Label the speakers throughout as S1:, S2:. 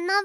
S1: の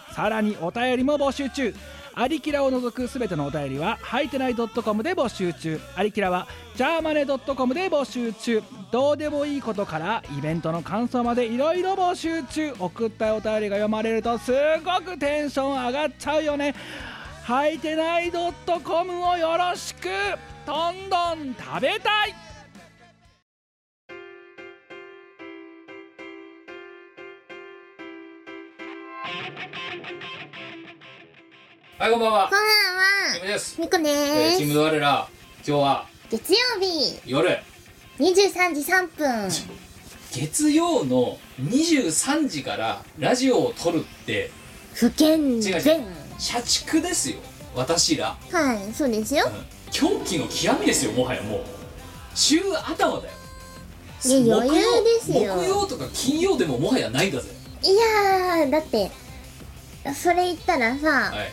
S2: さらにお便りも募集中アリキラを除くすべてのお便りは、はいてない .com で募集中。アリキラは、ジャーマネ .com で募集中。どうでもいいことから、イベントの感想までいろいろ募集中。送ったお便りが読まれると、すごくテンション上がっちゃうよね。はいてない .com をよろしくどんどん食べたい
S3: はいこんばん
S1: こんばん
S3: はキム
S1: は
S3: です、
S1: みこで
S3: え
S1: ー
S3: ー、
S1: す、
S3: チーム我ら今日は
S1: 月曜日
S3: 夜
S1: 23時3分
S3: 月曜の23時からラジオを撮るって
S1: 不健
S3: 違う違
S1: 全
S3: う社畜ですよ私ら、
S1: はいそうです
S3: う
S1: よ
S3: ん、狂気の極みですよもはやもう週頭だよ
S1: いや余裕
S3: 木曜
S1: ですよ
S3: 木曜とか金曜でももはやないんだぜ
S1: いやーだってそれ言ったらさ、
S3: はい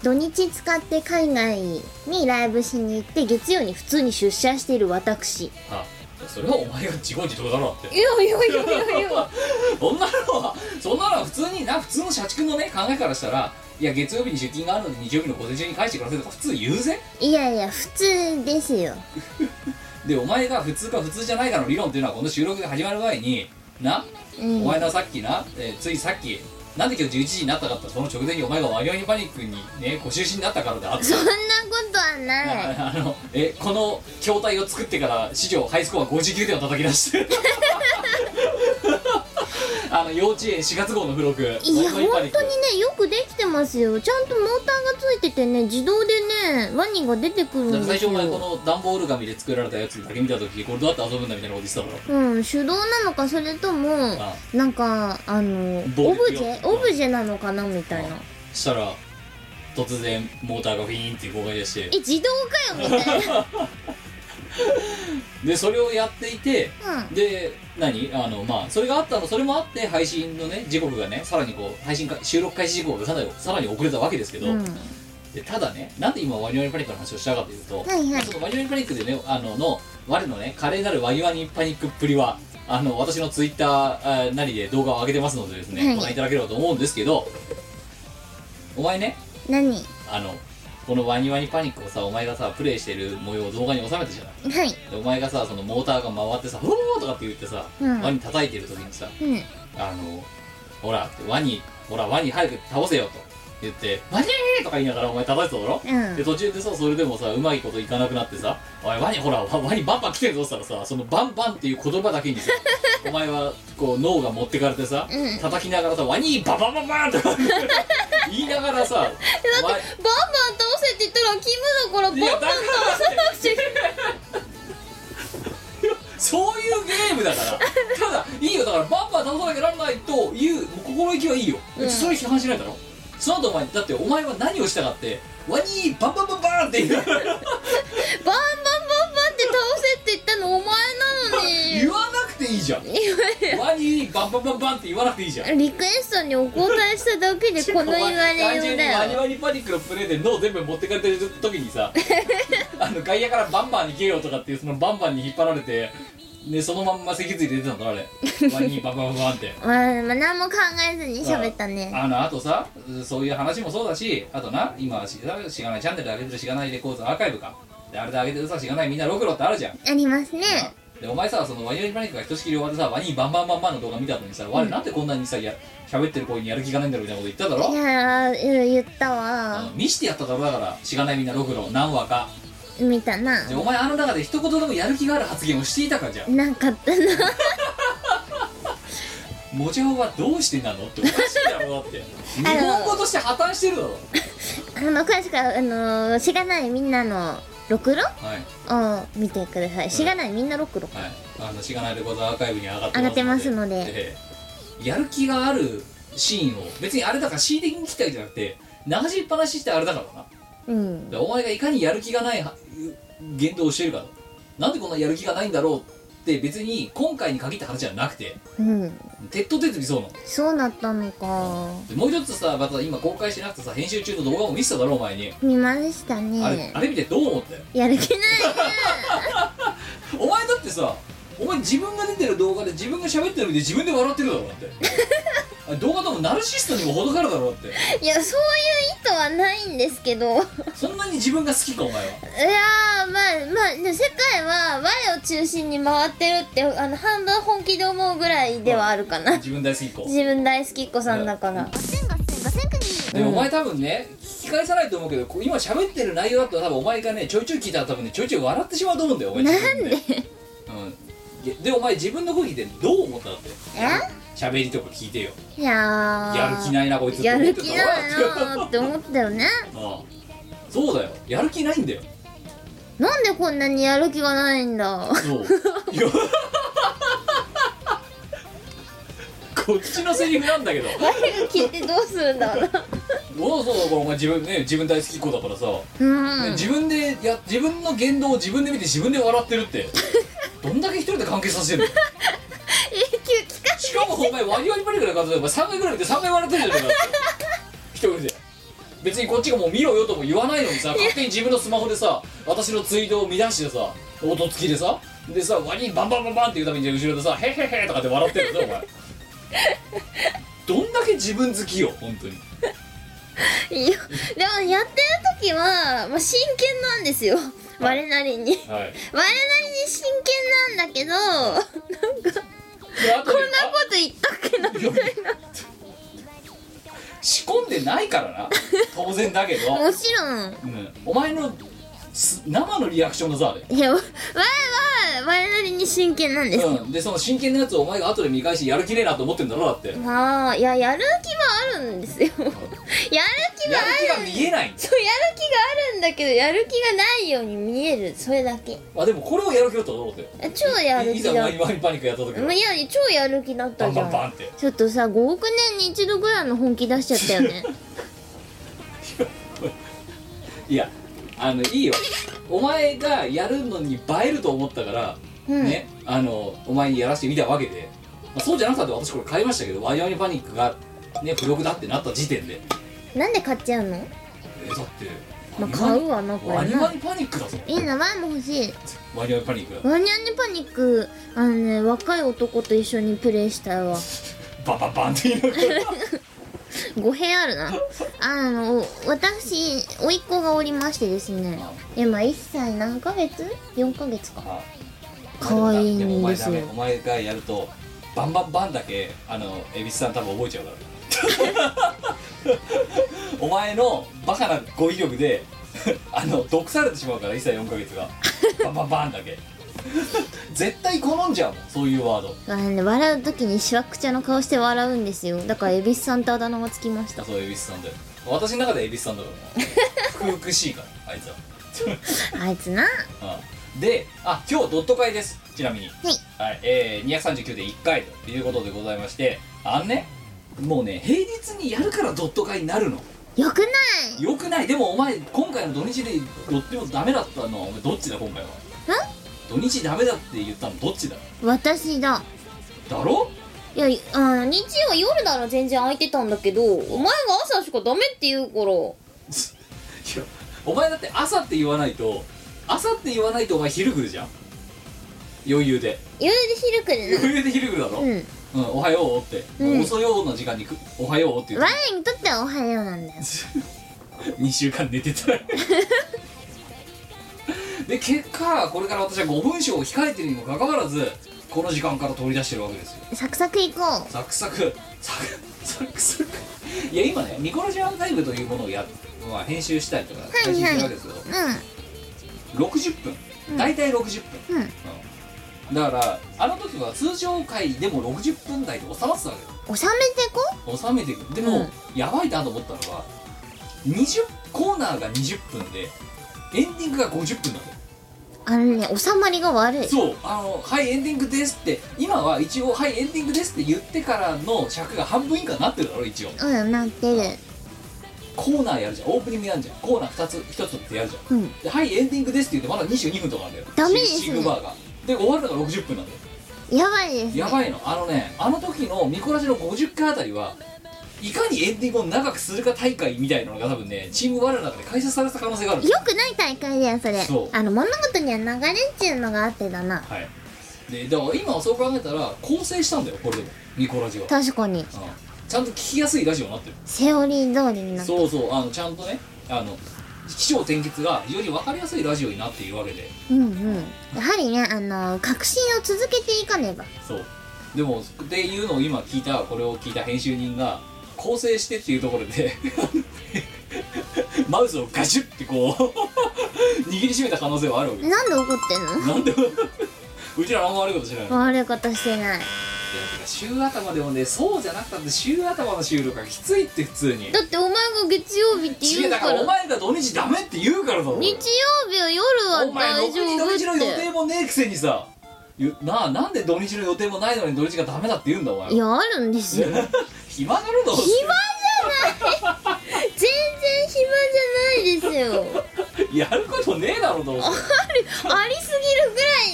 S1: 土日使って海外にライブしに行って月曜に普通に出社している私
S3: あそれはお前が自業自得だろって
S1: いやいやいやいやいや
S3: そんなのはそんなのは普通にな普通の社畜のね考えからしたらいや月曜日に出勤があるので日曜日の午前中に返してくださいとか普通言うぜ
S1: いやいや普通ですよ
S3: でお前が普通か普通じゃないかの理論っていうのはこの収録が始まる前にな、
S1: うん
S3: お前なさっきな、えーついさっきなんで今日11時になったかってその直前にお前がワニワニパニックにねご就寝になったからだって
S1: そんなことはない
S3: あのえこの筐体を作ってから史上ハイスコア59点を叩き出して あの幼稚園4月号の付録
S1: いや
S3: ワ
S1: 本
S3: ニワ
S1: 当
S3: ニ
S1: に
S3: パニック
S1: ねよくできてますよちゃんとモーターがついててね自動でねワニが出てくるん
S3: だから
S1: ですよ
S3: 最初お前この段ボール紙で作られたやつだけ見た時これどうやって遊ぶんだみたいなこと言ってただろ
S1: うん、手動なのかそれとも
S3: あ
S1: なんかあの
S3: 棒
S1: オ
S3: で
S1: ブジ
S3: やるよ
S1: ェオブジェなのかなみたいな
S3: あしたら突然モーターがフィーンって動かり出して
S1: え自動かよみたい な
S3: でそれをやっていて
S1: う
S3: で何あのまあそれがあったのそれもあって配信のね時刻がねさらにこう配信か収録開始時刻がさらにさらに遅れたわけですけど、
S1: うん
S3: でただねなんで今ワニワニパニックの話をしたかというと、
S1: はいはい
S3: そのワニワニパニックでねあのの我のね華麗なるワニワニパニックっぷりはあの私のツイッターあーなりで動画を上げてますのでですね、
S1: はい
S3: ご覧いただければと思うんですけどお前ね
S1: 何
S3: あのこのワニワニパニックをさお前がさプレイしてる模様を動画に収めたじゃない
S1: はい
S3: でお前がさそのモーターが回ってさ「うおー!」とかって言ってさ、
S1: うん
S3: ワニ叩いてる時にさ
S1: うん
S3: 「あのほらワニほらワニ早く倒せよ」と言って「ワニ!」とか言いながらお前叩いてただろ、
S1: うん
S3: で途中でさそれでもさうまいこといかなくなってさ「おいワニほらワワニバンバン来てるぞ」って言ったらさその「バンバン」っていう言葉だけ にさお前はこう脳が持ってかれてさ、
S1: うん
S3: 叩きながらさ「ワニババババン!」とか言いながらさわ
S1: バンバン倒せって言ったらキムだからバ
S3: いや
S1: ン
S3: だ
S1: バ
S3: か
S1: ン
S3: ら
S1: 倒さなくちゃいけない
S3: そういうゲームだからただいいよだからバンバン倒さなきゃならないという心意気はいいよ、
S1: うん
S3: それ批判しないだろその後お前だってお前は何をしたかってワニーバンバンバンバンって言う
S1: バンバンバンバンって倒せって言ったのお前なのに
S3: 言わなくていいじゃんワニーバンバンバンバンって言わなくていいじゃん
S1: リクエストにお答えしただけでこの言われよう
S3: ワ
S1: だ
S3: ニ
S1: よ
S3: ワニパニックのプレイで脳全部持ってかれてる時にさあの外野からバンバンに逃げようとかっていうそのバンバンに引っ張られてでそのまんま脊髄で出てたんだあれワニーバンバンバンバンって
S1: まあ、まあ、何も考えずに喋ったね
S3: あのあとさうそういう話もそうだしあとな今ししがないチャンネルで上げてるしがないレコードアーカイブかであれで上げてるさしがないみんなロクロってあるじゃん
S1: ありますね
S3: でお前さそのワニワニパニックがひとしきり終わってさワニバンバンバンバンの動画見た後にさ、我なんでこんなにさや喋ってる声にやる気がないんだろうみたいなこと言っただ
S1: い
S3: ろ
S1: やー言ったわ
S3: うん見してやっただろだからしがないみんなロクロ何話か
S1: 見たな
S3: でお前あの中で一言でもやる気がある発言をしていたかじゃん
S1: なかったな
S3: もちろんはどうしてなのっておかしいだろだって 日本語として破綻してるだろ
S1: あの詳しくはあのーしがないみんなのろくろ
S3: はい
S1: を見てくださいしがないみんなろくろ
S3: はい、あのしがないレコードアーカイブに上がって
S1: 上がってますので
S3: ええやる気があるシーンを別にあれだから恣意的に切ったわけじゃなくて流しっぱなししてあれだからな
S1: うん
S3: だからお前がいかにやる気がないは言動をしてるかとなんでこんなやる気がないんだろうって別に今回に限った話じゃなくて
S1: うん
S3: 徹頭徹尾そうなの
S1: そうなったのか
S3: でもう一つさまた今公開してなくてさ編集中の動画も見せただろお前に、
S1: 見ました
S3: あれ
S1: ね
S3: あれ見てどう思ったよ
S1: やる気ない
S3: お前だってさお前自分が出てる動画で自分が喋ってるのに自分で笑ってるだろだって あれ動画ともナルシストにも程があるだろだって
S1: いやそういう意図はないんですけどいや
S3: そんなに自分が好きかお前は
S1: ーまあまあでも世界は我を中心に回ってるってあの半分本気で思うぐらいではあるかな
S3: 自分大好きっ子
S1: 自分大好きっ子さんだから
S3: でもお前多分ね聞き返さないと思うけどこう今喋ってる内容だと多分お前がねちょいちょい聞いたら多分ねちょいちょい笑ってしまうと思うんだよお前なんで、うんいや、でお前自分の声聞いてどう思っただって
S1: え
S3: 喋りとか聞いてよ
S1: いやー
S3: やる気ないなこいつって
S1: や
S3: 思っ
S1: る
S3: て
S1: 気
S3: た
S1: ない
S3: わ
S1: なーって思ったよね
S3: うんそうだよやる気ないんだよ
S1: なんでこんなにやる気がないんだ
S3: そう いやこっちのセリフなんだけど
S1: 誰 が聞いてどうするんだろうな
S3: そうそうだからお前自分ね自分大好きっ子だからさ、
S1: うん
S3: 自分でや自分の言動を自分で見て自分で笑ってるってどんだけ一人で完結させてるの
S1: 永久期間
S3: しかもお前割り割りパリぐらい数えてお前3回ぐらい見て3回笑ってるじゃないかって一人で別にこっちがもう見ろよとも言わないのに さ勝手に自分のスマホでさ私のツイートを見出してさ音付きでさでさ割にバンバンバンバンって言うたびに後ろでさ「へへへ」とかって笑ってるんだよお前どんだけ自分好きよ本当に
S1: いやでもやってる時は、まあ、真剣なんですよ我なりに
S3: はい
S1: 我なりに真剣なんだけど
S3: であと
S1: こんなこと言ったっけなみたい
S3: 仕込んでないからな当然だ けど
S1: なもちろん
S3: うんお前のす生のリアクションのさあれ
S1: いや我は我なりに真剣なんです、
S3: うん、でその真剣なやつをお前が後で見返してやる気ねえなと思ってんだろだってやる
S1: まあいややる気はあるんですよやる気は
S3: 気
S1: あ
S3: が
S1: る
S3: 見えない
S1: そうやる気があるんだけどやる気がないように見えるそれだけ
S3: あでもこれをやる気だったと思って
S1: 超やる
S3: い
S1: 気
S3: ざ
S1: だ
S3: マリマリパニックやった時
S1: まあ
S3: はい
S1: や超やる気だっ
S3: バ
S1: た
S3: ン
S1: じ
S3: バ
S1: ゃ
S3: ンバン
S1: ん
S3: って
S1: ちょっとさ5億年に一度ぐらいの本気出しちゃったよ ね
S3: いやあのいいよお前がやるのに映えると思ったから、
S1: うん
S3: ねあのお前にやらせてみたわけで、まあ、そうじゃなかったら私これ買いましたけどワイワイパニックがね付録だってなった時点で
S1: なんで買っちゃうの
S3: えだって
S1: まあ買うわなこ
S3: ワ
S1: れ
S3: ニ
S1: な
S3: ワニパニックだぞ
S1: いいな前も欲しい
S3: ワニワニパニック
S1: ワニャンニパニックあのね若い男と一緒にプレイしたいわ
S3: バンバンバンって言いながら
S1: 語弊ある なあの私甥っ子がおりましてですね今1歳何ヶ月 ?4 ヶ月か
S3: あ
S1: 可愛いんですよ
S3: もお前ダメお前がやるとバンバンバンだけあの恵比寿さん多分覚えちゃうから お前のバカな語彙力で あの毒されてしまうから1歳4ヶ月がバンバンバンだけ絶対好んじゃうもんそういうワード
S1: あのね笑う時にしわくちゃの顔して笑うんですよだから恵比寿さんってあだ名がつきました
S3: そう恵比寿さんで私の中で恵比寿さん だからな福々しいからあいつは
S1: あいつな
S3: うんであ今日ドット会ですちなみにはい、えー、239で1回ということでございましてあんねもうね平日にやるからドット会になるの
S1: よくない
S3: よくないでもお前今回の土日でどっちもダメだったのはお前どっちだ今回は土日ダメだって言ったのどっちだ
S1: 私だ
S3: だろ
S1: いやあの日曜夜なら全然空いてたんだけどお前が朝しかダメって言うから
S3: いやお前だって朝って言わないと朝って言わないとお前昼来るじゃん余裕で
S1: 夜で昼くるな
S3: 余裕で昼来るだろ、
S1: うん
S3: うん、おはようって、
S1: うん
S3: 遅いような時間にくおはようって言って
S1: 我にとってはおはようなんだよ
S3: 2週間寝てたで結果これから私は5文章を控えてるにもかかわらずこの時間から取り出してるわけですよ
S1: サクサク行こ
S3: サクサクサクサクサクいや今ねミコラジアンタイムというものをや、まあ、編集したりとか
S1: い
S3: 配信してるわけですけど、
S1: ううん
S3: 60分大体60分、
S1: うん
S3: うんだからあの時は通常回でも60分台で収まってたわけよ
S1: 収めてこ
S3: 収めていくでも、
S1: うん
S3: やばいなと思ったのは20コーナーが20分でエンディングが50分だと
S1: ああのね収まりが悪い
S3: そうあの「はいエンディングです」って今は一応「はいエンディングです」って言ってからの尺が半分以下になってるだろ一応
S1: うんなってる
S3: コーナーやるじゃんオープニングやるじゃんコーナー2つ1つってやるじゃん
S1: うん
S3: で「はいエンディングです」って言ってまだ22分とかなんだよ
S1: ダメですね
S3: シングバーがで終わるのが60分なんだよ
S1: やばいですね
S3: やばいのあのねあの時のミコラジの50回あたりはいかにエンディングを長くするか大会みたいなのが多分ねチーム我の中で開催された可能性があるんですよ
S1: よくない大会だよそれ
S3: そう
S1: あの物事には流れっちゅうのがあってだな
S3: はいでだから今はそう考えたら構成したんだよこれでもミコラジは、うん
S1: 確かに
S3: ちゃんと聞きやすいラジオになってる
S1: セオリー通りになった
S3: そうそうあのちゃんとねあの起承転結が非常に分かりやすいラジオになっているわけで
S1: うんうんやはりねあの革新を続けていかねば
S3: そうでもっていうのを今聞いたこれを聞いた編集人が構成してっていうところで マウスをガシュッてこう 握りしめた可能性はあるわけで
S1: なんで怒ってん
S3: すなんでうちらあんま悪いことしないの
S1: の悪いことしてない
S3: いや週頭でもねそうじゃなくたって週頭の収録がきついって普通に
S1: だってお前が月曜日って
S3: 違
S1: 言
S3: う
S1: う
S3: だ
S1: か
S3: から
S1: ら
S3: お前が土日ダメって言うからだろ
S1: 日曜日は夜は
S3: お前
S1: 大
S3: 6
S1: 丈
S3: 日
S1: 夫
S3: 土
S1: っ
S3: 日の予
S1: て
S3: 定もねえくせにさゆなあなんで土日の予定もないのに土日がダメだって言うんだお前
S1: いやあるんですよ暇じゃ
S3: 暇だろどうせ
S1: ない全然暇じゃないですよ
S3: やることねえだろどうせ
S1: ありす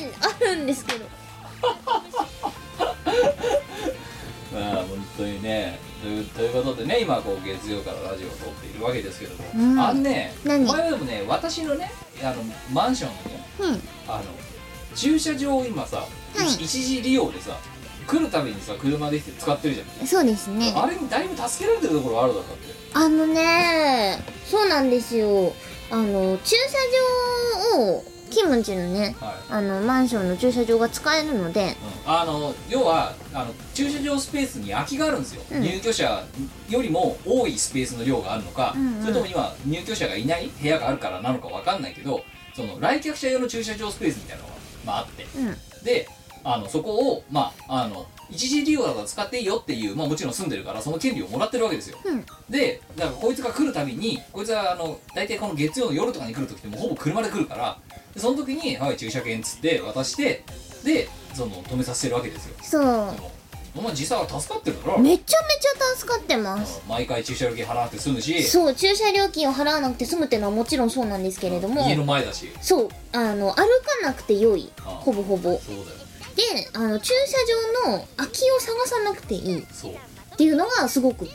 S1: ぎるぐらいあるんですけど
S3: まあ本当にねというということでね今こう月曜からラジオを撮っているわけですけども、
S1: うん
S3: あのね
S1: 何
S3: これでもね私のねあのマンションのね
S1: うん
S3: あの駐車場を今さ、
S1: い
S3: 一一時利用でさ来るたびにさ車できて使ってるじゃ
S1: そうですね
S3: ん、あれにだいぶ助けられてるところあるだろだって
S1: あのねそうなんですよあの駐車場をキムチのね
S3: はい
S1: あのマンションの駐車場が使えるので
S3: あの要はあの駐車場スペースに空きがあるんですよ、
S1: うん
S3: 入居者よりも多いスペースの量があるのか、
S1: うんうん
S3: それとも今入居者がいない部屋があるからなのかわかんないけどその来客者用の駐車場スペースみたいなのが、まあ、あって
S1: うん
S3: であのそこを、まあ、あの一時利用だから使っていいよっていう、まあ、もちろん住んでるからその権利をもらってるわけですよ
S1: うん
S3: でだからこいつが来るたびにこいつはあの大体この月曜の夜とかに来る時ってもうほぼ車で来るからでその時に「はい駐車券」っつって渡してでその止めさせてるわけですよ
S1: そ
S3: でもお前実際は助かってるだろ
S1: うめちゃめちゃ助かってます
S3: 毎回駐車料金払って済むし
S1: そう駐車料金を払わなくて済むっていうのはもちろんそうなんですけれども
S3: 家の前だし
S1: そうあの歩かなくて良い
S3: あ
S1: ほぼほぼで
S3: そうだよ
S1: あの駐車場の空きを探さなくていいっ
S3: そう
S1: ていうのがすごく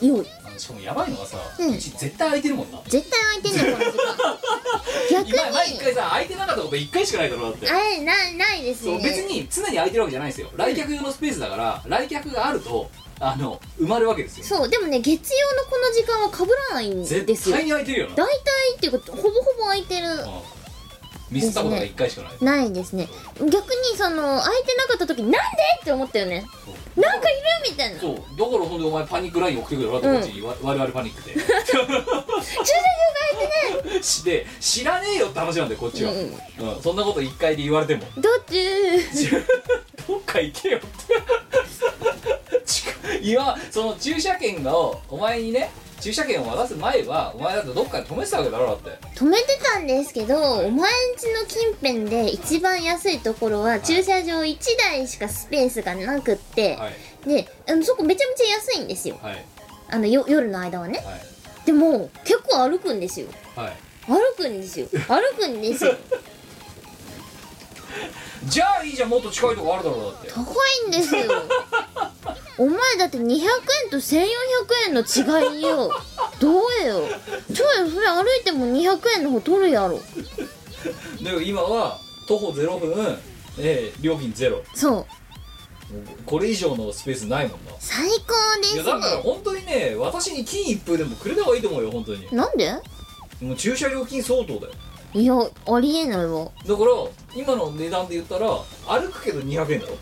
S1: 良い
S3: あのしかもやばいのがさ、
S1: う
S3: うんち絶対空いてるもんな
S1: 絶対空いてんだよこの時間逆
S3: 今毎
S1: に
S3: 回さ空いてなかったこと1回しかないだろだって
S1: あれないないです
S3: そ
S1: ね
S3: う別に常に空いてるわけじゃないですよ来客用のスペースだから来客があるとあの埋まるわけですよ
S1: そうでもね月曜のこの時間は被らないんです
S3: 絶
S1: よ
S3: 対に空いてるよな
S1: 大体っていうかほぼほぼ空いてる
S3: ミスったことが1回しかな
S1: な
S3: い、
S1: いですね逆にその空いてなかった時なんでって思ったよね
S3: そう
S1: なんかいるみたいな駐
S3: そうだからほんでお前パニックライン送ってくるわってこっちに、わ我々パニック
S1: 車場が空いて
S3: でしで知らねえよって話なんだよこっちは、
S1: う
S3: うんんそんなこと1回で言われても
S1: ないだって
S3: どっか行けよって ち今その駐車券をお前にね駐車券を渡す前はお前だってどっかで止めてたわけだろだって
S1: 止めてたんですけどお前んちの近辺で一番安いところは駐車場1台しかスペースがなくって、
S3: はい
S1: であのそこめちゃめちゃ安いんですよ
S3: はい
S1: あのよ夜の間はね
S3: はい
S1: でも結構歩くんですよ
S3: はい
S1: 歩くん ですよ歩くんですよ
S3: じゃあいいじゃんもっと近いとこあるだろうだって
S1: 高いんですよお前だって200円と1400円の違いよどうよちょいそれ歩いても200円の方取るやろ
S3: だから今は徒歩0分、えー料金ゼロ
S1: そう
S3: これ以上のスペースないもんな
S1: 最高
S3: い
S1: で
S3: や
S1: す
S3: だから
S1: ね
S3: 本当にね私に金一封でもくれた方がいいと思うよ本当に
S1: なんで
S3: もう駐車料金相当だよ
S1: いやありえないわ
S3: だから今の値段で言ったら歩くけど200円だろ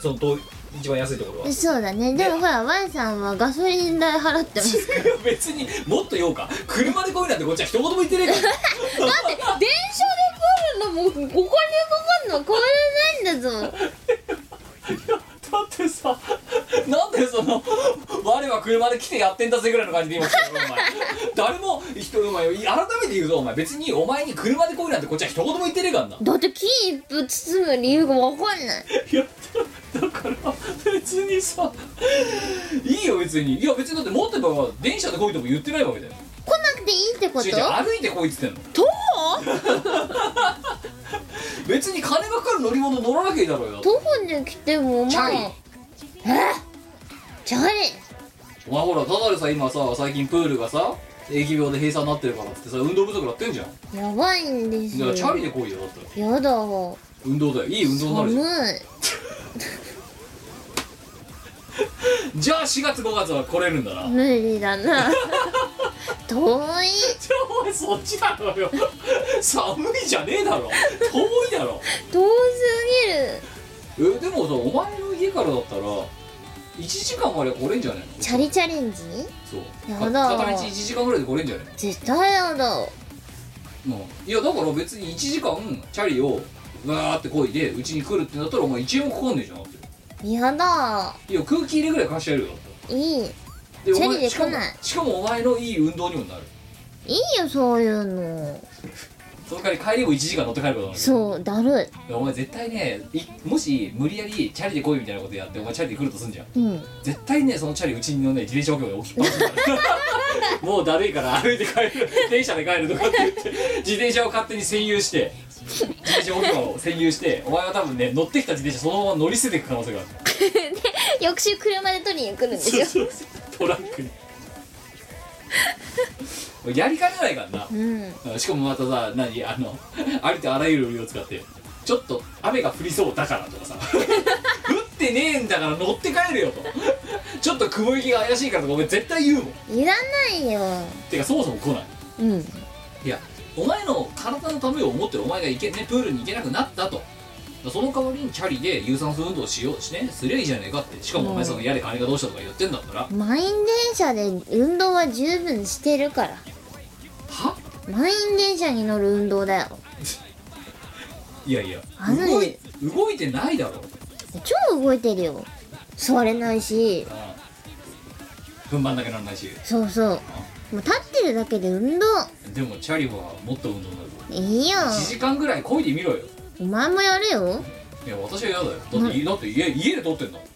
S3: その遠い一番安いところは
S1: そうだねでもほら Y さんはガソリン代払って ますだ
S3: 別にもっと言おうか車で来いなんてこっちは一言も言ってねえか
S1: っ
S3: ら
S1: て電車で来るのもお金かかるの変わらないんだぞ
S3: だってさなんでその我はは車で来てやってんだぜぐらいの感じで今来てるよお前誰も人お前改めて言うぞお前別にお前に車で来いなんてこっちは一言も言ってねえからな
S1: だってキープ包む理由がわかんない
S3: いやだから別にさいいよ別にいや別にだって持ってば電車で来いとも言ってないわけだよ
S1: 来なくていいってこと
S3: 違う違う歩いて来いっつってんの
S1: 徒
S3: 別に金がかかる乗り物乗らなきゃいいだろうよ
S1: 歩徒歩で来ても
S3: チ
S1: ま
S3: ャリ
S1: あえチャリ
S3: お前ほらただでさ今さ最近プールがさ疫病で閉鎖になってるからっつってさ運動不足なってんじゃん
S1: やばいんです
S3: じゃ
S1: よ
S3: あチャリで来いよだって
S1: やだわ
S3: 運動だよいい運動になるじゃ
S1: 寒
S3: ん
S1: い
S3: じゃあ4月5月は来れるんだな
S1: 無理だ な遠い
S3: じゃあお前そっちだろよ 寒いじゃねえだろ遠いだろ
S1: 遠すぎる
S3: えでもさお前の家からだったら1時間まで来れんじゃねえの
S1: チャリチャレンジ
S3: そう
S1: や
S3: か
S1: だ
S3: 片道1時間ぐらいで来れんじゃね
S1: 絶対やだ
S3: えの、うん、いやだから別に1時間チャリをわーってこいでうちに来るってなったらお前1円もかかんねえじゃんだって
S1: やだ
S3: いや空気入れぐらい貸してやるよだって
S1: いいい
S3: でお前
S1: チャリで来
S3: しかも
S1: ない
S3: しかもお前のいい運動にもなる
S1: いよそういうの
S3: その代わり帰りも1時間乗って帰ることになる
S1: そうだる
S3: いやお前絶対ねいもし無理やりチャリで来いみたいなことやってお前チャリで来るとすんじゃん
S1: い うん
S3: 絶対ねそのチャリうちのね自転車置き場に置きっぱなしだからもうだるいから歩いて帰る電車で帰るとかって言って自転車を勝手に占有して自転車置き場を占有してお前は多分ね乗ってきた自転車そのまま乗り捨てていく可能性がある
S1: 翌週車で取りに来るんです
S3: そう
S1: よ
S3: そうそうトラックにやりかねないからな
S1: うん
S3: しかもまたさ何あの ありとあらゆる理由を使ってちょっと雨が降りそうだからとかさ 降ってねえんだから乗って帰るよとちょっと雲行きが怪しいからとかお前絶対言うもん
S1: いらないよ
S3: てかそもそも来ない
S1: うん
S3: いやお前の体のためを思ってお前が行け、ね、プールに行けなくなったとその代わりにチャリで有酸素運動をしようしねすりゃいいじゃねえかってしかもお前そのやれ金がどうしたとか言ってんだったら
S1: 満員電車で運動は十分してるから
S3: は
S1: 満員電車に乗る運動だよ
S3: いやいや
S1: あの
S3: 動い動いてないだろ
S1: 超動いてるよ座れないし
S3: ああ踏ん張んなきゃなんないし
S1: そうそうもう立ってるだけで運動
S3: でもチャリはもっと運動になる
S1: いいよ
S3: 1時間ぐらい漕いでみろよ
S1: お前もやるよ
S3: いや私は嫌だよだって,、だって家家で撮ってんだもん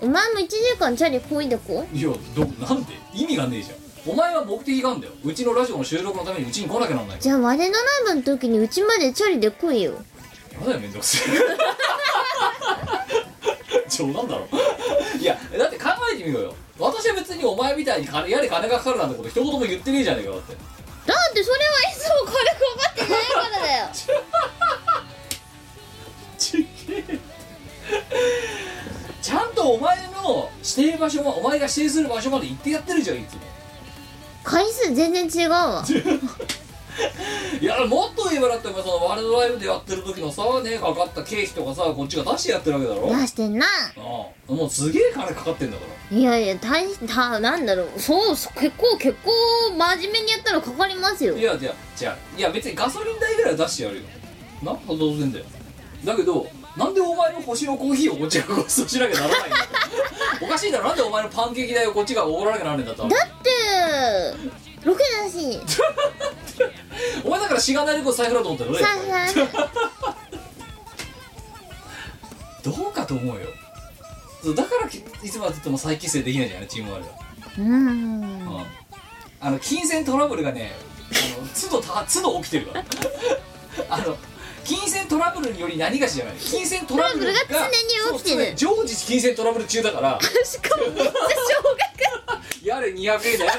S1: お前も1時間チャリこいでこ
S3: いやどなんで意味がねえじゃんお前は目的があんだようちのラジオの収録のためにうちに来なきゃなんないか
S1: じゃあ我のライブの時にうちまでチャリで来いよ
S3: らやだよめんどくせえ 冗談だろいやだって考えてみろよ私は別にお前みたいに金やれ金がかかるなんてこと一言も言ってねえじゃねえかだって
S1: だってそれはいつもこれかかってないからだよ
S3: ちげえちゃんとお前の指定場所はお前が指定する場所まで行ってやってるじゃんいつも
S1: 回数全然違うわ
S3: いやもっと言えばだってお前そのワールドライブでやってる時のさねかかった経費とかさこっちが出してやってるわけだろ
S1: 出
S3: あ
S1: してんな
S3: あもうすげえ金かかってんだか
S1: いやいや大したなんだろうそうそう結構結構真面目にやったらかかりますよ
S3: らいやじゃあじゃあいや別にガソリン代ぐらいは出してやるよな当然だよだけどなんでお前の星のコーヒーをこっちがごちそうしなきゃならないんだよ おかしいだろなんでお前のパンケーキ代をこっちがおごらなきゃならないんだったら
S1: だってロケだし
S3: お前だからしがないでこう財布だと思ってるのね
S1: さあさあ
S3: どうかと思うよそうだからきいつまでたっても再結成できないじゃないチームワール
S1: う
S3: ド
S1: ーん
S3: あの金銭トラブルがねあの都度た都度起きてるから あの金銭トラブルにより何がしじゃない金銭トラブルが
S1: トラブルが常に起きてる
S3: そう常時金銭トラブル中だから
S1: しかもめっちゃ
S3: やれ200円だやれ800円だ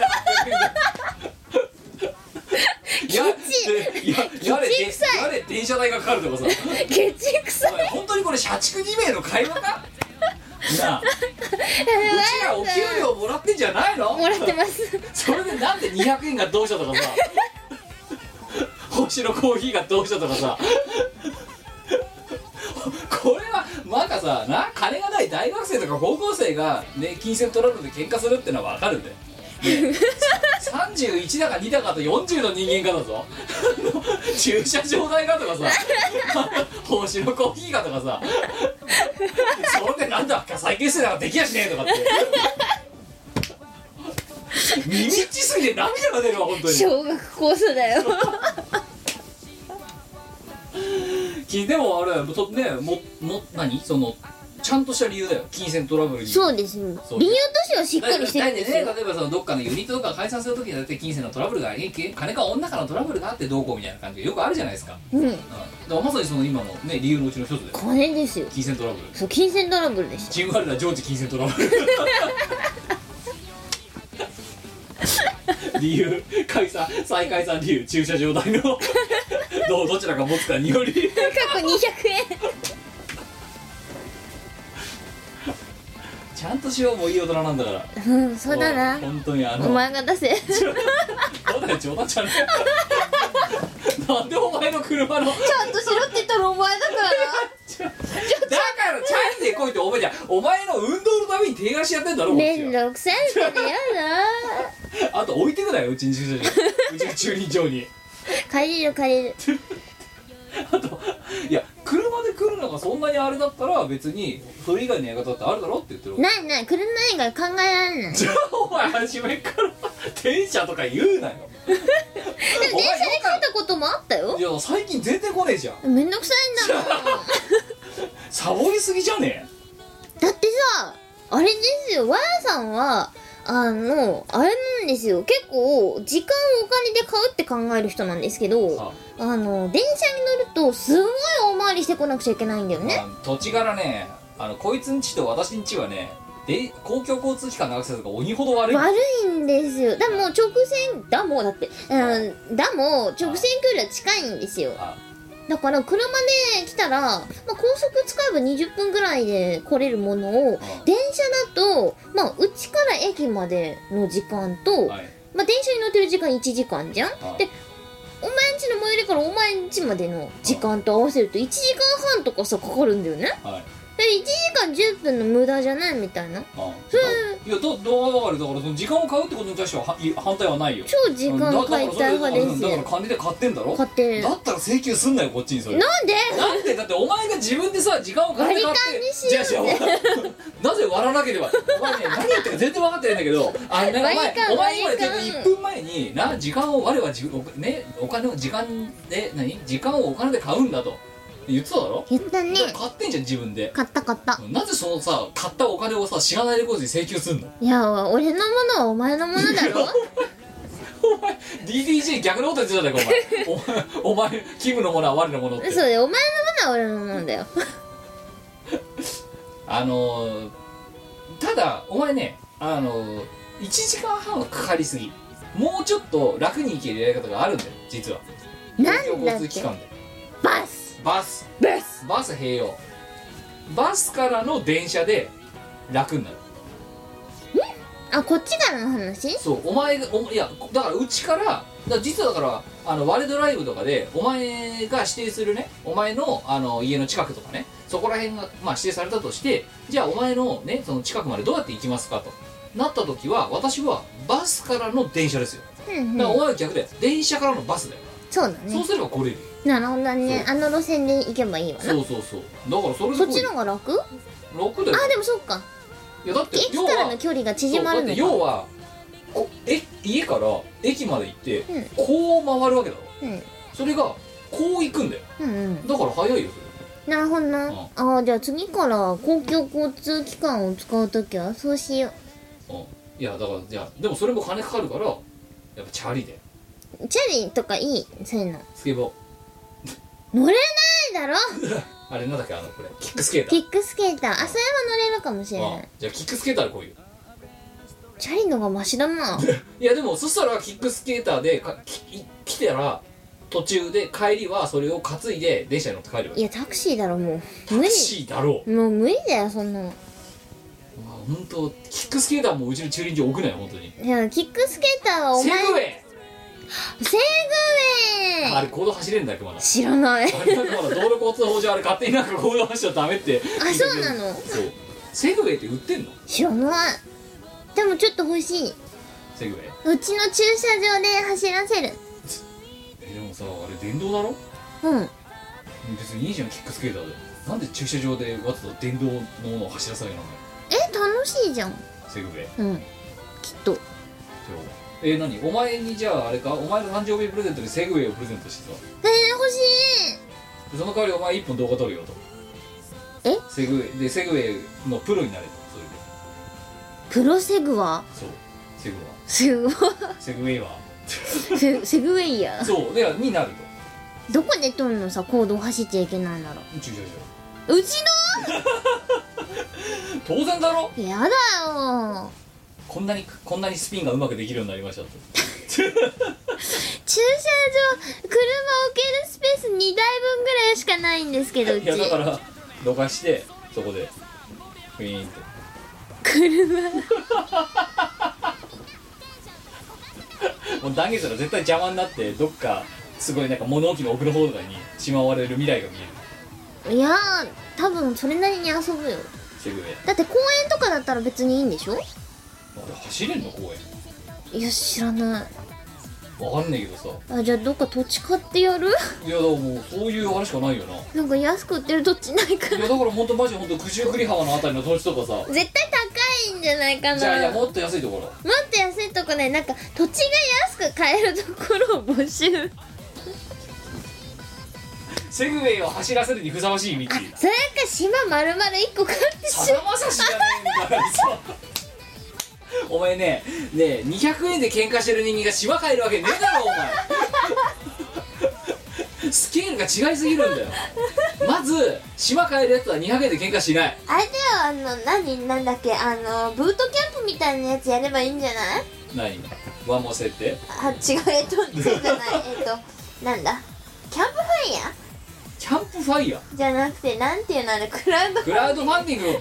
S3: やでややれ
S1: ケチ
S3: で
S1: くさい
S3: やれ電車代がかかるとかさ
S1: 小学ケチくさ
S3: お前本当にこれ社畜2名の会話かな あうちらお給料もらってんじゃないの
S1: もらってます
S3: それでなんで200円がどうしたとかさ星のコーヒーがどうしたとかさこれはまださな金がない大学生とか高校生が、ね、金銭トラブルで喧嘩するってのは分かるんだよ、ね、31だか2だかと40の人間がだぞ駐車場代がとかさ星のコーヒーがとかさそれでなんだか再結成なんかできやしねえとかって耳っちすぎて涙が出るわ本当に
S1: 小学コースだよ
S3: きでもあれとねもも何そのちゃんとした理由だよ金銭トラブルに
S1: そうですね
S3: そう
S1: 理由としてはしっ
S3: だ
S1: か
S3: い
S1: りしてるんです
S3: だ
S1: よ
S3: いたいね例えばそのどっかのユニットとか解散するときにだって金銭のトラブルがあり金か女からのトラブルがあってどうこうみたいな感じがよくあるじゃないですか、
S1: うん
S3: うん、だからまさにその今のね理由のうちの一つで
S1: 金ですよ
S3: 金銭トラブル
S1: そう金銭トラブルでした
S3: チームワールダー常時金銭ト ラブル理由解散再解散理由駐車場代の どうどちらが持つかにより
S1: 過去200
S3: ちゃんとしようもういい大人なんだから
S1: 円うんそうだな
S3: 本当にあの
S1: お前が出 せちょ
S3: どうだよ冗談じゃねえなんでお前の車のだか
S1: っとしろって言ったらお前だからな
S3: らチャリで来いってお前じゃんお前の運動のために手貸しやってんだろこっ
S1: め
S3: ち
S1: ん
S3: は
S1: どくさいからや
S3: あと置いてくだようちに駐車場にうちの駐輪場に
S1: だ借りる借りる
S3: あといや車で来るのがそんなにあれだったら別にそれ以外のやり方ってあるだろって言ってる
S1: ないない車以外考えられない
S3: じゃあお前初めから電車とか言 うなよ
S1: でも電車で来たこともあったよ
S3: いや最近全然来ねえじゃん
S1: めんどくさいんだもん
S3: サボりすぎじゃね
S1: だってさあれですよわやさんはあのあれなんですよ結構時間をお金で買うって考える人なんですけ
S3: え
S1: ど
S3: さ
S1: あの電車に乗るとすごい大回りしてこなくちゃいけないんだよね
S3: あ土地柄ねあのこいつんちと私んちはねで公共交通機関のアクセスが鬼ほど悪い
S1: 悪いんですよだもう直線だもうだってうんだもう直線距離は近いんですよ
S3: あ
S1: だから車で来たら、まあ、高速使えば20分ぐらいで来れるものを電車だとまあうちから駅までの時間と、
S3: はい
S1: まあ、電車に乗ってる時間1時間じゃん
S3: はい
S1: でお前んちの最寄りからお前んちまでの時間と合わせると1時間半とかさかかるんだよね
S3: はい
S1: で1時間10分の無駄じゃないみたいな
S3: あ
S1: それ
S3: いやと動画ばかりだからその時間を買うってことに対してははい反対はないよ
S1: 超時間解体派で
S3: うん
S1: す
S3: だから
S1: よ
S3: 金で買ってんだろ
S1: 買ってる
S3: だったら請求すんなよこっちにそれ
S1: なんで
S3: なんでだってお前が自分でさ時間をかけて買って
S1: 割り勘にしようぜ
S3: 違う違うなぜ割らなければお前ね何言ってるか全然分かってないんだけどあなんかお前
S1: 割り勘
S3: お前今
S1: 割り
S3: ちょっ
S1: 勘
S3: と1分前にな時間を我は自分ねお金を時間で何時間をお金で買うんだと言ってただろ、
S1: 言ったね
S3: だから買ってんじゃん自分で
S1: 買った買った
S3: なぜそのさ買ったお金をさ知らないレコードに請求すんの
S1: いや俺のものはお前のものだ ろ
S3: お前 DDJ 逆のこと言ってたじゃないかお前お前お前キムのものは我のものって
S1: そうだよお前のものは俺のものだ よ
S3: あのーただお前ねあのー、1時間半はかかりすぎもうちょっと楽に行けるやり方があるんだよ実は
S1: なんだ
S3: 交
S1: っ
S3: 通機
S1: け
S3: 関で
S1: バス
S3: バス
S1: バス
S3: バス併用バスからの電車で楽になる
S1: あこっちからの話
S3: そうお前がおいやだからうちからだから実はだからあの割れドライブとかでお前が指定するねお前のあの家の近くとかねそこら辺が、まあ、指定されたとしてじゃあお前のねその近くまでどうやって行きますかとなった時は私はバスからの電車ですよ
S1: うん
S3: だから
S1: う
S3: お
S1: ん
S3: 前は逆だよ電車からのバスだよ
S1: そうだ
S3: そう
S1: ね
S3: すれば来れるよ
S1: なるほどねあの路線で行けばいいわな
S3: そうそうそうだからそれ
S1: そ
S3: で
S1: っちの方が楽
S3: 楽だよ
S1: あでもそっか
S3: いやだって
S1: 駅
S3: 要
S1: から
S3: は
S1: の距離が
S3: そ
S1: 縮
S3: う
S1: ま
S3: だ
S1: る
S3: って
S1: の
S3: 要
S1: か
S3: はこえ家から駅まで行って、
S1: うん
S3: こう回るわけだろ
S1: うん
S3: それがこう行くんだよ
S1: うんうん
S3: だから早いよ
S1: なるほどなあーじゃあ次から公共交通機関を使うときはそうしよ
S3: それ、うん、いやだからじゃあでもそれも金かかるからやっぱチャリで
S1: うチャリとかいいそういうの
S3: スケボ
S1: 乗れ ないだろ
S3: ーあれなんだっけあのこれキックスケータ
S1: キ
S3: ー
S1: ックスケーターあそれは乗れるかもしれな
S3: あ
S1: い
S3: じゃあキックスケーターで来いよ
S1: チャリのがマシだない
S3: やでもそしたらキックスケーターでかき来たら途中で帰りはそれを担いで電車に乗って帰る
S1: い
S3: わけ
S1: やタクシーだろもう
S3: タ
S1: 無
S3: ク
S1: 理
S3: シーだろう
S1: もう無理だよそんなの
S3: まあ本当キックスケーターもうちの駐輪場置くなよ本当に
S1: いやキックスケーターはお
S3: セグ
S1: 前
S3: ウェ
S1: セグウ
S3: イ
S1: ェ
S3: あ
S1: イ
S3: れ行動走れるんだっけまだ
S1: 知らない
S3: あれなんかまだ道路交通法上あれ勝手になんか行動走っちゃダメって
S1: あそうなの
S3: そうセグウェイって売ってんの
S1: 知らないでもちょっと欲しい
S3: セグウェイ
S1: うちの駐車場で走らせる
S3: えでもさあれ電動だろ
S1: うん
S3: 別にいいじゃんキックスケーターでなんで駐車場でわざと電動のものを走らせなきゃなんだよ
S1: え楽しいじゃん
S3: セグウェイ
S1: うんきっと
S3: そうえー、何お前にじゃああれかお前の誕生日プレゼントにセグウェイをプレゼントしてさ
S1: え欲しい
S3: でその代わりお前一本動画撮るよと
S1: え
S3: セグウェイでセグウェイのプロになれとそれで
S1: プロセグワ
S3: そうセグは
S1: すごい
S3: セグウェイは
S1: セセグウェイや
S3: そうでになる
S1: どこで撮るのさ高度走っちゃいけないんだろ
S3: と駐車場
S1: ううち
S3: 当然だろ
S1: のやだよ
S3: こんなにこんなにスピンがうまくできるようになりましたと
S1: 駐車場車置けるスペース2台分ぐらいしかないんですけどう
S3: い
S1: ち
S3: やだからどかしてそこでウィーンと
S1: 車
S3: もう断言したら絶対邪魔になってどっかすごいなんか物置の奥の方とかにしまわれる未来が見える
S1: いやー多分それなりに遊ぶよ
S3: セグウェイ
S1: だって公園とかだったら別にいいんでしょ
S3: 俺走れんの公
S1: いや知らない
S3: 園わかんねえけどさ
S1: あじゃあどっか土地買ってやる
S3: いやだからもうそういうあれしかないよな
S1: なんか安く売ってる土地ないか
S3: い
S1: な
S3: やだから本当マジ本当九十九里浜のあたりの土地とかさ
S1: 絶対高いんじゃないかな
S3: じゃあいやも
S1: もっ
S3: っと安いところ
S1: と安いとこねなんか土地が安く買えるところを募 集
S3: セグウェイを走らせるにふさわしい道
S1: あそれか島丸々1個買って
S3: さ
S1: し
S3: だまさしじゃねえんだからさ お前ねねえ200円で喧嘩してる人間が島帰るわけねえだろお前スケールが違いすぎるんだよまず島帰るやつは200円で喧嘩しない
S1: あれだよあの何なんだっけあのブートキャンプみたいなやつやればいいんじゃない
S3: 何ワンモセって
S1: あ違うえっとそう じゃないえっとなんだキャンプファイヤ
S3: キャンプファイヤー
S1: ーじゃなくてなんていうのあれクラウド
S3: クラウドファンディングの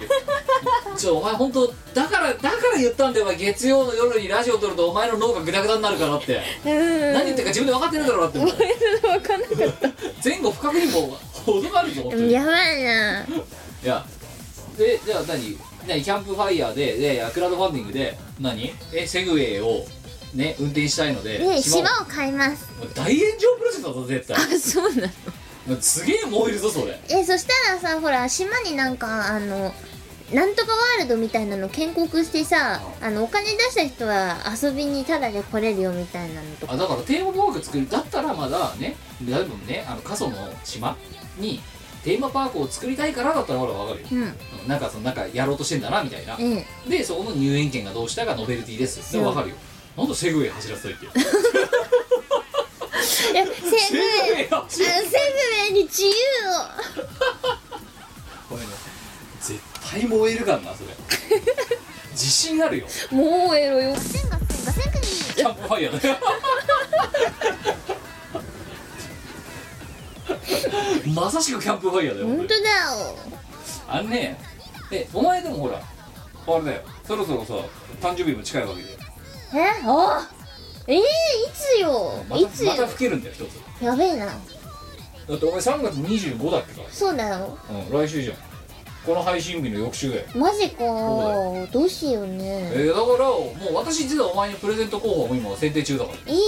S3: ちょお前本当だからだから言ったんだよお前月曜の夜にラジオ撮るとお前の脳がグダグダになるからって
S1: うん
S3: 何言ってるか自分で分かってるだろう なってお前
S1: 分かんなかっ
S3: 前後不覚にも程があるぞ本当に
S1: やばいない
S3: やでじゃあ何何キャンプファイヤーででいやクラウドファンディングで何えセグウェイをね運転したいので
S1: で
S3: 島を
S1: 島を買います
S3: もう大炎上プロジェクトだぞ絶対
S1: そうなの
S3: もうすげえ燃えるぞそれ
S1: えそしたらさほら島になんかあのなんとかワールドみたいなの建国してさあのお金出した人は遊びにタダで来れるよみたいなのとか
S3: あだからテーマパーク作るだったらまだね多分ねあの過疎の島にテーマパークを作りたいからだったらほらわかるよ
S1: うんうん
S3: うんなんかそのなんかやろうとしてんだなみたいなでそこの入園券がどうしたがノベルティですでわかるよなんだ セグウェイ走らせといて
S1: いやセグウェ イ
S3: イ走
S1: あのセグウェイに自由
S3: ごめんね絶対燃えるかんなそれ自信あるよ
S1: をもうエロよガセンガセンガセンクニ
S3: キャンプファイヤーだよまさしくキャンプファイヤーだよ
S1: 本当
S3: 本当
S1: だ
S3: に
S1: よ
S3: あんねえお前でもほらあれだよそろそろさ誕生日も近いわけで
S1: えあえー、いつよ
S3: ま
S1: い
S3: た
S1: つ
S3: ま
S1: よ
S3: た老けるんだよ一つ
S1: やべえな
S3: だってお前3月25だっけか
S1: そうだよ
S3: らうん来週じゃんこの配信日の翌週だよ
S1: マジか
S3: そ
S1: どうしよう
S3: え
S1: ね
S3: ーだからもう私実はお前のプレゼント候補も今選定中だか
S1: えい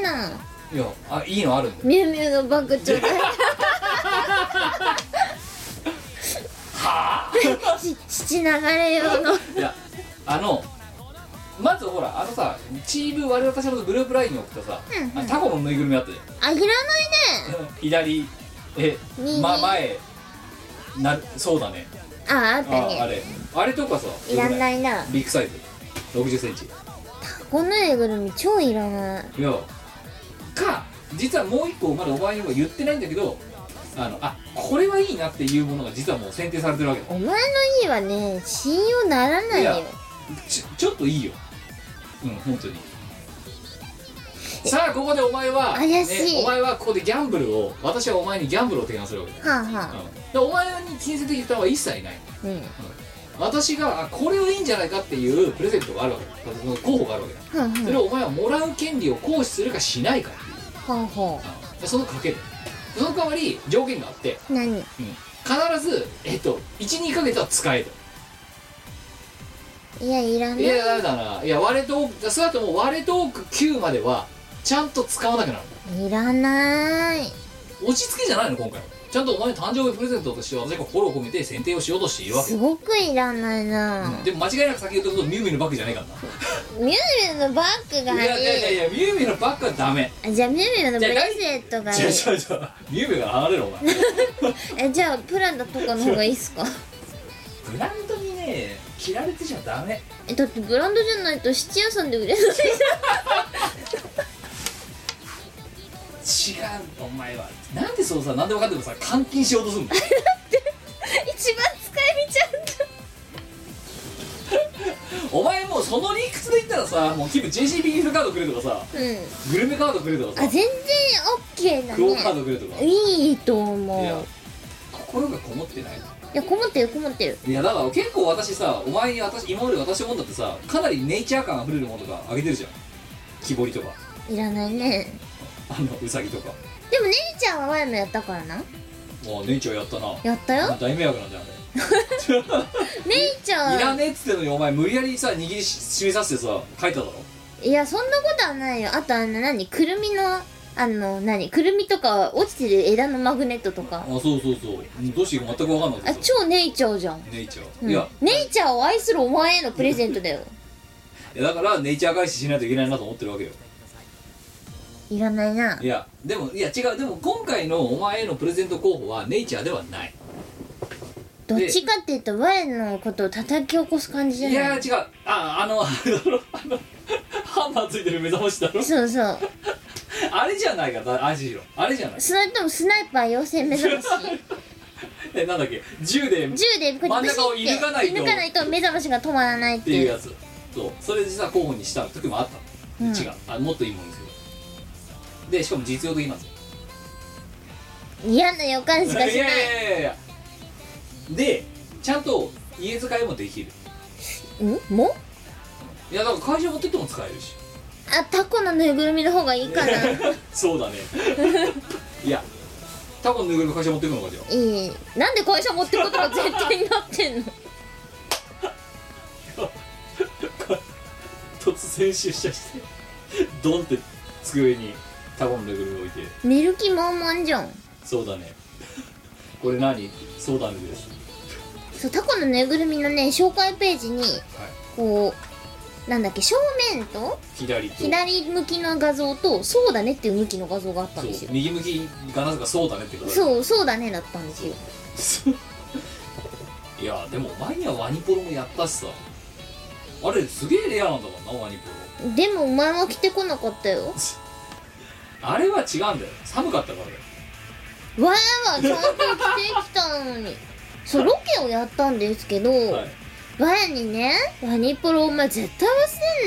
S1: らないな
S3: らいやあいいのあるんだよ
S1: ミュウミュウのバッグちょうだいし父流れ用の
S3: いやあのまずほらあのさチーム我々のグループラインに送ったさ、
S1: うんうん
S3: あタコのぬいぐるみあったじゃ
S1: あいらないね
S3: ん、左え、
S1: 右
S3: ま、前なそうだね
S1: ああった
S3: ああ
S1: ね
S3: れあれとかさ
S1: いらないいな
S3: ビッグサイズ6 0ンチ
S1: このぬいぐるみ超いらない
S3: いやか実はもう一個まだお前にも言ってないんだけどあのあこれはいいなっていうものが実はもう選定されてるわけだ
S1: お前の家はね信用ならない
S3: い
S1: よ
S3: やちょちょっといいようん本当にさあここでお前は
S1: 怪しい
S3: ねお前はここでギャンブルを私はお前にギャンブルを提案するわけだ、
S1: はあ
S3: う
S1: はあ
S3: んでお前に金銭的負担は一切ない
S1: うんは
S3: 私があこれはいいんじゃないかっていうプレゼントがあるわけだその候補があるわけだ
S1: あ
S3: それをお前はもらう権利を行使するかしないかっていう
S1: はあはあはあ
S3: うんでその賭けるその代わり条件があって
S1: 何
S3: 必ずえっと12ヶ月は使えと
S1: いやいらない
S3: いやダメだないや割れトークそれだともう割れトーク9まではちゃんと使わなくなる
S1: いらない
S3: 落ち着きじゃないの今回はちゃんとお前の誕生日プレゼントとして私が心を込めて選定をしようとしているわけ
S1: す
S3: よ
S1: ごくいらないな
S3: でも間違いなく先言っとくとミュウミュウのバッグじゃないか
S1: ミュウミュウのバッグ
S3: ら
S1: が
S3: ないいやいやいやい
S1: い
S3: やミュウミュウのバッグはダメ
S1: あじゃあミュウミュウのブレスレットがいい
S3: 違う違う違うミュウミュウが離れろお前
S1: えじゃあプラダとかの方がいいっすか
S3: ブランドにね着られてちゃダメ
S1: えだってブランドじゃないと質屋さんで売れないじ
S3: 違うお前はなんでそうさなんで分かってもさ監禁しようとするの
S1: ゃん一番使い道あ
S3: お前もうその理屈で言ったらさもうキム JCB ギフトカードくれとかさ
S1: るうん
S3: グルメカードくれとか
S1: あ全
S3: さ
S1: 然オッケーだ
S3: クオカード
S1: ね
S3: くれとか
S1: いいと
S3: い
S1: 思
S3: や
S1: う
S3: 心がこもってない
S1: いやこもってるこもってる
S3: いやだから結構私さお前に私今まで私もんだってさかなりネイチャー感あふれるものとかあげてるじゃん木彫りとか
S1: いらないね
S3: あのうさぎとか
S1: でも姉ちゃんはワイもやったからな
S3: もうネイチャーやったな
S1: やったよ
S3: 大迷惑なんだよ
S1: 姉ち
S3: あ
S1: ゃ
S3: れい
S1: ん
S3: らねえっつってんのにお前無理やりさ握りし締めさせてさ書いただろ
S1: いやそんなことはないよあとあの何くるみのあの何くるみとか落ちてる枝のマグネットとか
S3: あそうそうそうどうしていいか全く分かんなか
S1: あ
S3: った
S1: 超ネイチャーじゃん、
S3: ネイチャー、
S1: うん、
S3: いや
S1: ネイチャーを愛するお前へのプレゼントだよ
S3: いやだからネイチャー返ししないといけないなと思ってるわけよ
S1: いらないない
S3: やでもいや違うでも今回のお前へのプレゼント候補はネイチャーではない
S1: どっちかっていうと我のことを叩き起こす感じじゃ
S3: いや
S1: ない
S3: 違うああのあ れだろあのハンマーついてる目覚ましだろ
S1: そうそう
S3: あれじゃないかだあしろあれじゃない
S1: それともスナイパー養成目覚まし
S3: えなんだっけ銃でっ
S1: 銃でこうやって
S3: 真ん中を射抜かないと
S1: 射抜かないと目覚ましが止まらないってて
S3: いう
S1: いう
S3: やつそうそれでさ候補にした時もあったの、
S1: うん
S3: 違うあもっといいものですよでしかも実用的なんですよ
S1: 嫌な予感しか
S3: い
S1: しな
S3: や
S1: い
S3: いやいやいやでちゃんと家使いもできる
S1: んも
S3: いやだから会社持ってっても使えるし
S1: あタコのぬいぐるみの方がいいかな
S3: そうだねいやタコのぬいぐるみ会社持ってくのかじゃあ
S1: いいなんで会社持ってことが絶対になってんの
S3: 突然出社してドンって机にタコのぬいぐるみ置いて
S1: 寝る気満々じゃん
S3: そうだねこれ何そうだねです
S1: そうタコのぬいぐるみのね紹介ページに
S3: はい
S1: こうなんだっけ正面と
S3: 左と
S1: 左向きの画像とそうだねっていう向きの画像があったんです
S3: そう
S1: よ
S3: 右向きがなぜかそうだねってこと
S1: そうそうだねだったんですよ
S3: いやでもお前にはワニポロもやったしさあれすげえレアなんだもんなワニポロ
S1: でもお前は来てこなかったよ
S3: あれは違うんだよ寒かったからだよ
S1: わーはちゃんと来てきたのにそうロケをやったんですけど、
S3: はい
S1: ワニにねワニポロお前絶対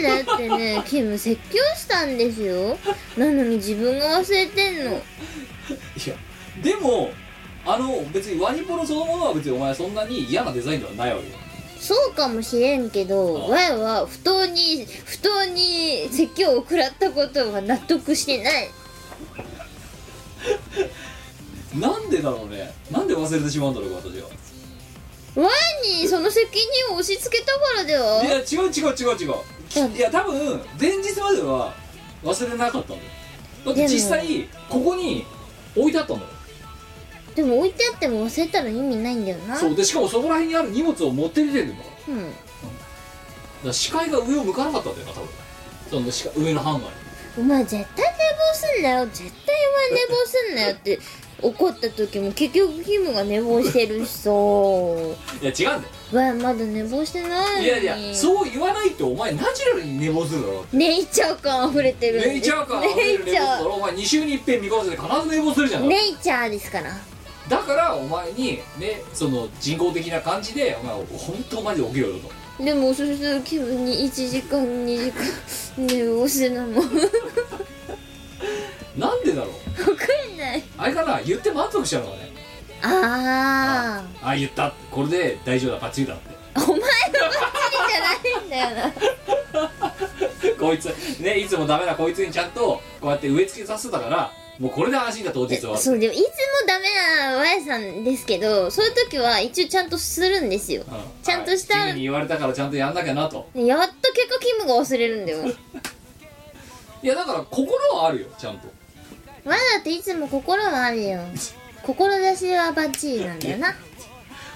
S1: 忘れんなよって ねキム説教したんですよなのに自分が忘れてんの
S3: いやでもあの別にワニポロそのものは別にお前そんなに嫌なデザインではないわけよ
S1: そうかもしれんけど
S3: あ
S1: わいは不当に不当に説教を食らったことは納得してない
S3: なんでだろうねなんで忘れてしまうんだろうか私は
S1: ワイにその責任を押し付けたからだよ
S3: いや違う違う違う違うき
S1: うん
S3: いや多分前日までは忘れなかったんだよだって実際ここに置いてあったんだよ
S1: でも置いてあっても忘れたら意味ないんだよな
S3: そうでしかもそこら辺にある荷物を持って出てるんだからだか
S1: うん
S3: ら視界が上を向かなかったんだよな多分その視界上のハンガーに
S1: お前絶対寝坊すんなよ絶対お前寝坊すんなよって怒った時も結局キムが寝坊してるしさ
S3: いや違うんだよ
S1: わまだ寝坊してないのに
S3: いやいやそう言わないとお前ナチュラルに寝坊するだろ
S1: ネイチャー感溢れてるんで
S3: ネイチャー感あふれ
S1: ネ
S3: る寝
S1: イチャ
S3: 坊だろお前2週に一遍見殺せで必ず寝坊するじゃ
S1: ー
S3: ん
S1: ネイチャーですから
S3: だからお前にねその人工的な感じでお前本当マジで起きろよと
S1: でもそうするとキムに1時間2時間寝坊してるのも わ
S3: なんでだろう
S1: かんない
S3: あれかな言って満足しちゃうのかね
S1: あー
S3: あ言ったこれで大丈夫だバッチリだっ
S1: お前のバッチリじゃないんだよな
S3: て こいつねいつもダメなこいつにちゃんとこうやって植え付けさせたからもうこれで安心だ当日は
S1: そうでもいつもダメなワイさんですけどそういう時は一応ちゃんとするんですよ
S3: う
S1: ちゃんとした
S3: はい君に言われたからちゃんとやんなきゃなと
S1: やっと結果キムが忘れる んだよ
S3: いやだから心はあるよちゃんと
S1: まだっていつも心はあるよ志はバッチリなんだよな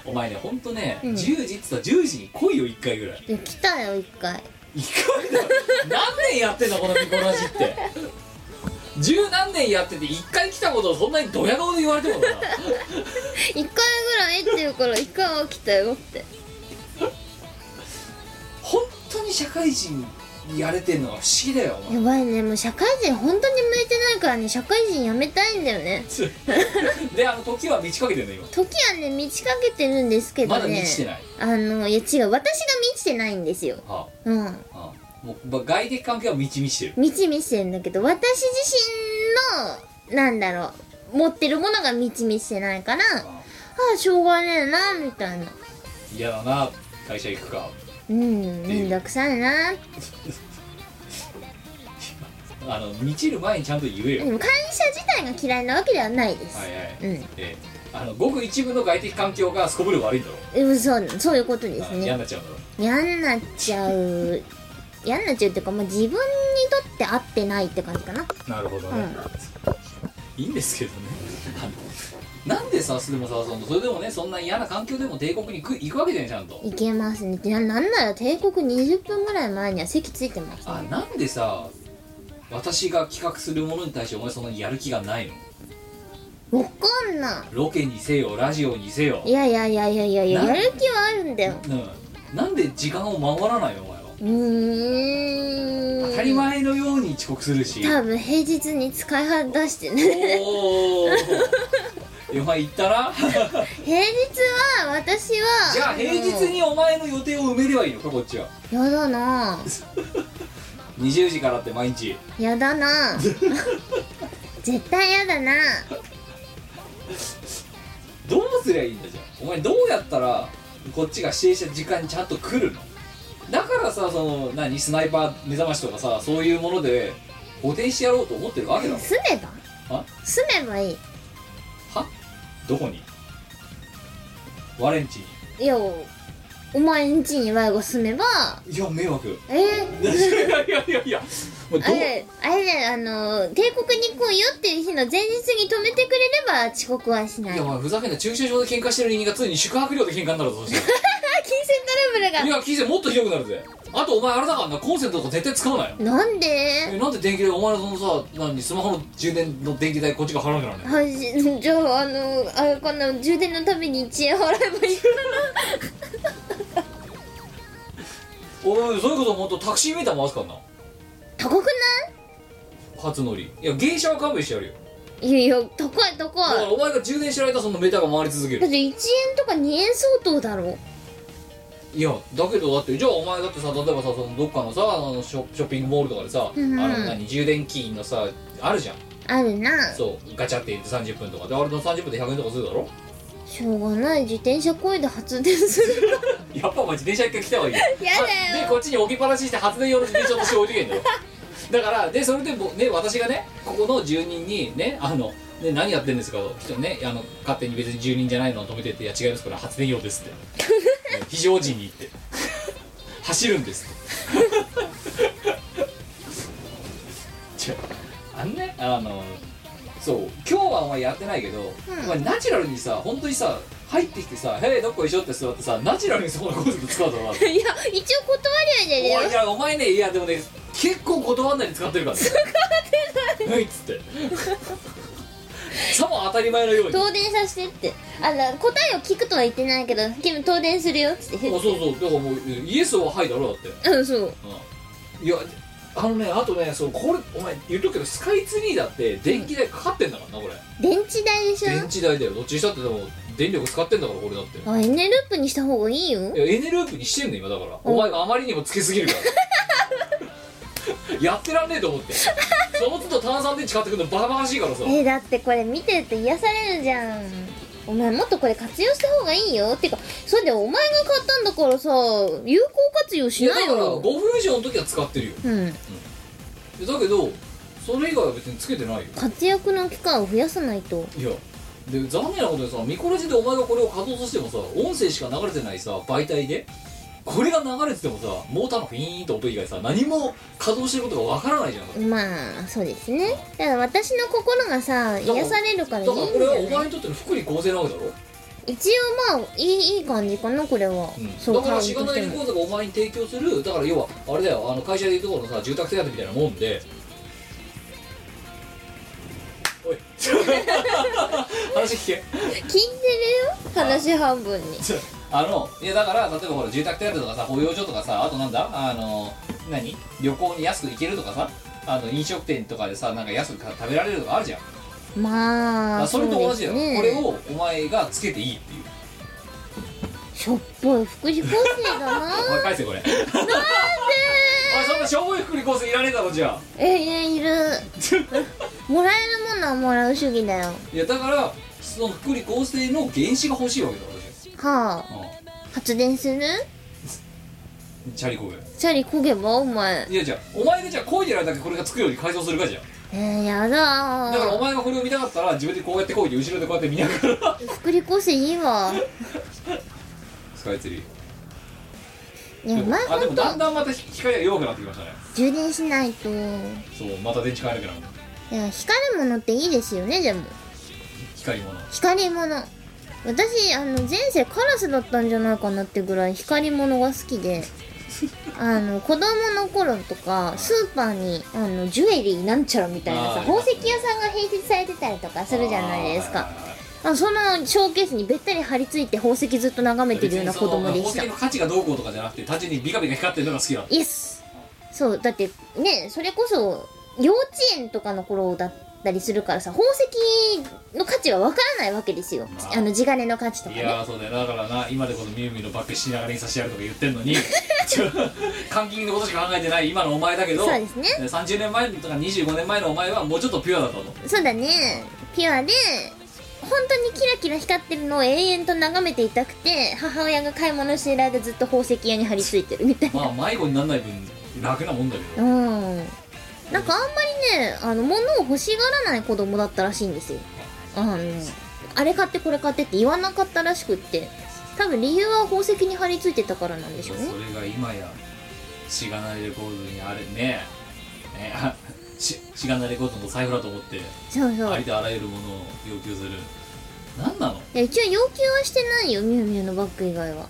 S3: お前ねほんとね、
S1: うん
S3: 10時っつったら10時に来いよ1回ぐらい
S1: で来たよ一回
S3: 1回だよ何年やってんだこのミコラジって十何年やってて1回来たことをそんなにドヤ顔で言われてもな
S1: 一回ぐらいって言うから一回は来たよって
S3: 本当に社会人やれてんのは不思議だよお前
S1: やばいねもう社会人本当に向いてないからね社会人やめたいんだよね
S3: であの時は満ち欠けてんだ今
S1: 時はね満ちかけてるんですけど
S3: ま
S1: ね
S3: だ満ちてない、
S1: あのいや違う私が満ちてないんですよ
S3: は
S1: うん
S3: あはあ、もうば外的関係は満ち満ちてる
S1: 満ち満ちてるんだけど私自身のなんだろう持ってるものが満ち満ちてないからあ
S3: あ
S1: あしょうがねえなみたいな
S3: 嫌だな会社行くか
S1: うんめんどくさいな
S3: あの満ちる前にちゃんと言え
S1: で
S3: よ
S1: も会社自体が嫌いなわけではないです、
S3: はいはい、
S1: うん
S3: ええあのごく一部の外的環境がすこぶる悪いんだろ
S1: うんそうそういうことです
S3: あの嫌
S1: ね
S3: になっちゃうんだろ
S1: 嫌になっちゃう嫌になっちゃうっていうか、まあ、自分にとって合ってないって感じかな
S3: なるほどね、いいんですけどねあのなんでさでもさそのそれでもねそんな嫌な環境でも帝国に行く行くわけじゃんちゃんと
S1: いけますねななんなら帝国20分ぐらい前には席ついてます
S3: あなんでさ私が企画するものに対してお前そんなにやる気がないの
S1: わかんな
S3: ロケにせよラジオにせよ
S1: いいやいやいやいやいやいや
S3: な
S1: やる気はあるんだよ
S3: うん、なんで時間を守らないのお前は
S1: うーん
S3: 当たり前のように遅刻するし
S1: 多分平日に使い出してね
S3: おおお前言ったな
S1: 平日は私は
S3: じゃあ平日にお前の予定を埋めればいいのかこっちは
S1: あのやだな
S3: 20時からって毎日
S1: やだな 絶対やだな
S3: どうすりゃいいんだじゃあお前どうやったらこっちが指定した時間にちゃんと来るのだからさその何スナイパー目覚ましとかさそういうもので補填してやろうと思ってるわけだもん
S1: 住めば
S3: あ
S1: 住めばいい
S3: はどこにワレンチ
S1: いやお前んちにワイが住めば
S3: にいや迷惑
S1: えー
S3: いやいやいやいやもう
S1: あ
S3: どう
S1: れあれだよあの帝国に行こうよっていう日の前日に止めてくれれば遅刻はしない
S3: いや
S1: あ
S3: お前ふざけんな駐車場で喧嘩してる人間がついに宿泊料で喧嘩になるぞそしたら
S1: 金銭トラ
S3: い
S1: ブル
S3: や、金銭もっとひどくなるぜ。あと、お前あれだからな、コンセントとか絶対使わないよ。
S1: がなんで
S3: え、なんで電気代、お前のそのさ、何、スマホの充電の電気代、こっちが払わなきゃならな
S1: は
S3: い。
S1: いじじゃああのあれかな充電のために1円払えばいいか
S3: おい、そういうこともっとタクシーメーター回すからな。
S1: な高くな
S3: 初乗り。いや、芸者は勘弁してやるよ。
S1: いいやいや高い高
S3: だから、
S1: い
S3: お前が充電してる間、そのメーターが回り続け
S1: だっ
S3: る。
S1: て1円とか2円相当だろ
S3: いや、だけど、だって、じゃあ、お前だってさ、例えばさ、そのどっかのさ、あのショショッピングモールとかでさ、
S1: うんうん
S3: あの、何、充電器のさ、あるじゃん。
S1: あるな
S3: そう、ガチャって入れて30分とか。で、あれの30分で100円とかするだろ
S1: しょうがない自転車こいで発電する
S3: やっぱお前自転車一回来た方がいいよ
S1: やだよ
S3: でこっちに置きっぱなしにして発電用の自転車として置いてけんだよだからでそれでもね私がねここの住人にねあのね何やってんですかと人ねあの勝手に別に住人じゃないのを止めてって「いや違いますこれ発電用です」って ね非常時に行って走るんです って違うあんねあのそう今日はお前やってないけど、お前ナチュラルにさ本当にさ入ってきてさ「へえどっこいしょ」って座ってさナチュラルにそこのコンセント使うと思う
S1: いや一応断りはいな
S3: お
S1: い
S3: い
S1: でよ
S3: やお前ねいやでもね結構断んないで使ってるから使ってないっつってさも当たり前のようにあ
S1: 東電させてってあの答えを聞くとは言ってないけど君東電するよっつって
S3: そうそうだからもうイエスははいだろだって、
S1: うんそう
S3: うん、いやあのねあとねそうこれお前言っとくけどスカイツリーだって電気代かかってんだからなこれ
S1: 電池代でし
S3: 電
S1: ょ
S3: 池代だよどっちにしたってでも電力使ってんだからこれだって
S1: あエネループにした方がいいよ
S3: いやエネループにしてんの今だからお前があまりにもつけすぎるからやってらんねえと思ってその都度炭酸電池買ってくるのバカバカしいからさ
S1: えーだってこれ見てると癒されるじゃんお前もっとこれ活用した方がいいよってかそれでお前が買ったんだからさ有効活用
S3: い
S1: し
S3: や
S1: な
S3: だ
S1: い
S3: から
S1: よ
S3: 5分以上の時は使ってるよ
S1: うん
S3: いやだけどそれ以外は別につけてないよ
S1: 活躍の期間を増やさないと
S3: いやで残念なことにさミコラジでお前がこれを稼働させてもさ音声しか流れてないさ媒体でこれが流れててもさモーターのフィーンって音以外さ何も稼働してることがわからないじゃんだか
S1: まあそうですねだから私の心がさ癒されるからいい
S3: ら
S1: ん
S3: こ
S1: じ
S3: れ
S1: ゃ
S3: はお
S1: な
S3: 前
S1: い
S3: にとっての福利厚生なわけだろ、
S1: 一応まあいいいい感じかなこれは、
S3: うん、
S1: そう
S3: だからしが
S1: カウント
S3: な
S1: して
S3: いレ
S1: も
S3: コードがお前に提供するだから要はあれだよあの会社でいうところのさ住宅手当みたいなもんで おい話聞け
S1: 聞いてるよ話半分に
S3: あのいやだから例えばほら住宅手当とかさ保養所とかさあとなんだあの何旅行に安く行けるとかさあの飲食店とかでさなんか安く食べられるとかあるじゃん
S1: まあ
S3: あそれと同じだよ、
S1: そうですね
S3: これをお前がつけていいっていう
S1: しょっぽい福祉厚生だな
S3: お前 返せこれなんでおいそんなしょぼい福利厚生いらねえだろじゃあ
S1: えいやいるもらえるものはもらう主義だよ
S3: いやだからその福利厚生の原資が欲しいわけだ私
S1: はあ
S3: う
S1: 発電する
S3: んチャリこぐ
S1: チャリこげばお前
S3: いやじゃあお前がじゃあこいでる間だけこれがつくように改造するかじゃあ
S1: えー、やだ
S3: だからお
S1: ー
S3: 前がこれを見たかったら自分でこうやってこいで後ろでこうやって見ながら
S1: 福利厚生いいわ
S3: スカイツリー
S1: いやお前
S3: あで
S1: ほ
S3: も
S1: ん
S3: だん
S1: と
S3: だんまた光が弱くなってきましたね
S1: 充電しないとい
S3: そうまた電池変えなきゃならない
S1: や光るものっていいですよねでも
S3: 光物
S1: 光り物私あの前世カラスだったんじゃないかなってぐらい光り物が好き であの子供の頃とかスーパーにあのジュエリーなんちゃらみたいなさ
S3: あー
S1: 宝石屋さんが併設されてたりとかするじゃないですかあそのショーケースにべったり張り付いて宝石ずっと眺めてるような子供でし
S3: 別にその宝
S1: た
S3: 石の価値がどうこうとかじゃなくて単純にビカビカ光ってるのが好きなの
S1: イエスそうだってねそれこそ幼稚園とかの頃だったりするからさ宝石の価値はわからないわけですよ
S3: まあ
S1: あの地金の価値とか
S3: い
S1: ね
S3: やーそうだよだからな今でこそみゆみゆのバックしながらに差し上げるとか言ってんの にちょ監禁のことしか考えてない今のお前だけど
S1: そうですね
S3: 30年前とか25年前のお前はもうちょっとピュアだったと
S1: そうだねピュアで本当にキラキラ光ってるのを永遠と眺めていたくて母親が買い物してる間ずっと宝石屋に張り付いてるみたいな
S3: まあ迷子にならない分楽なもんだけど
S1: うんなんかあんまりねあの物を欲しがらない子供だったらしいんですよあのあれ買ってこれ買ってって言わなかったらしくって多分理由は宝石に張り付いてたからなんでしょうね
S3: それが今やしがないレコードにあれねね あししがないレコードの財布だと思って
S1: そうそ
S3: あ
S1: う
S3: りとあらゆるものを要求する何なの
S1: いや一応要求はしてないよミュウミュウのバッグ以外は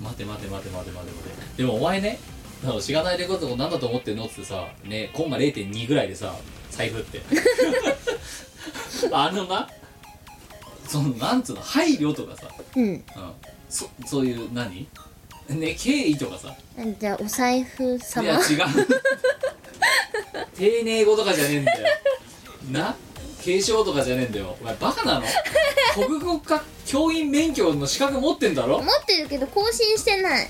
S3: 待て待て待て待て待て待てでもお前ねあのしがないレコードを何だと思ってんのっつってさねコンマ0.2ぐらいでさ財布って あのなそのなんつうの配慮とかさ、
S1: うん
S3: うん、そそういう何ね敬意とかさ
S1: じゃあお財布
S3: い
S1: 様
S3: や違う 丁寧語とかじゃねえんだよな継承とかじゃねえんだよお前バカなの国語科教員免許の資格持ってんだろ
S1: 持ってるけど更新してない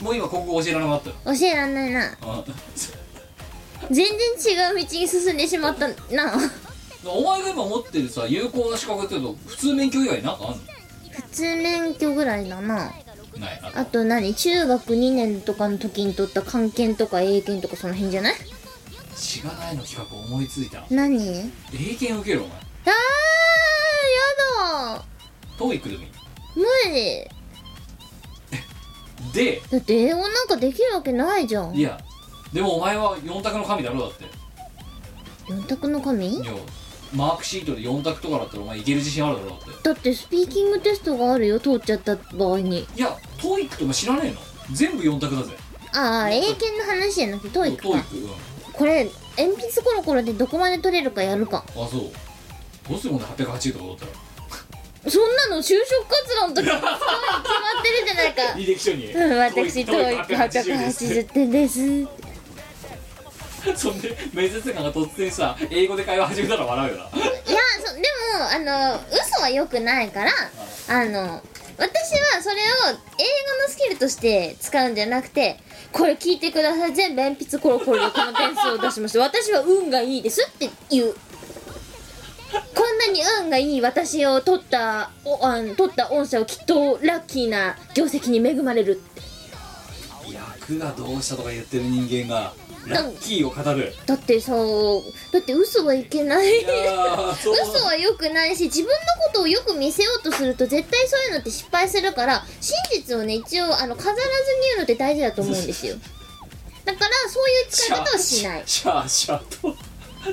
S3: もう今国語教えられなかったよ
S1: 教えらんないな
S3: うん
S1: 全然違う道に進んでしまったな
S3: お前が今持ってるさ有効な資格って言うと普通免許以外なんかあん
S1: 普通免許ぐらいだな
S3: のないな
S1: あと何中学2年とかの時に取った漢検とか英検とかその辺じゃない
S3: しがないの企画思いついた
S1: 何あーや
S3: 英検受けろお前
S1: だ
S3: トーイックでもいい
S1: 無理
S3: で
S1: だって英語なんかできるわけないじゃん
S3: いやでもお前は4択の神だろだって
S1: 四択の神
S3: いやマークシートで4択とかだったらお前いける自信あるだろだって
S1: だってスピーキングテストがあるよ通っちゃった場合に
S3: いやトーイックとか知らねえの全部4択だぜ
S1: ああ英検の話じゃなくてトイック
S3: トーイッ
S1: か
S3: ク
S1: これ鉛筆コロコロでどこまで取れるかやるか
S3: うんあそうどうするもんね880とかだったら
S1: そんなの就職活動の時に使うに決まってるじゃないか
S3: 履歴書に
S1: うん、私、トイック880点です。
S3: そんで面接官が突然さ英語で会話始めたら笑うよない
S1: や、そでも、あの、嘘は良くないから、あの、私はそれを英語のスキルとして使うんじゃなくて、これ聞いてください。全部鉛筆コロコロでこの点数を出しました。私は運がいいですって言う。こんなに運がいい私を取った、おあの取った御社をきっとラッキーな業績に恵まれるって。
S3: 役がどうしたとか言ってる人間がラッキーを語る
S1: だってさだって 嘘はいけない
S3: いやーそう
S1: 嘘は良くないし自分のことをよく見せようとすると絶対そういうのって失敗するから真実をね一応あの飾らずに言うのって大事だと思うんですよだからそういう使い方はしない
S3: シャーシャーと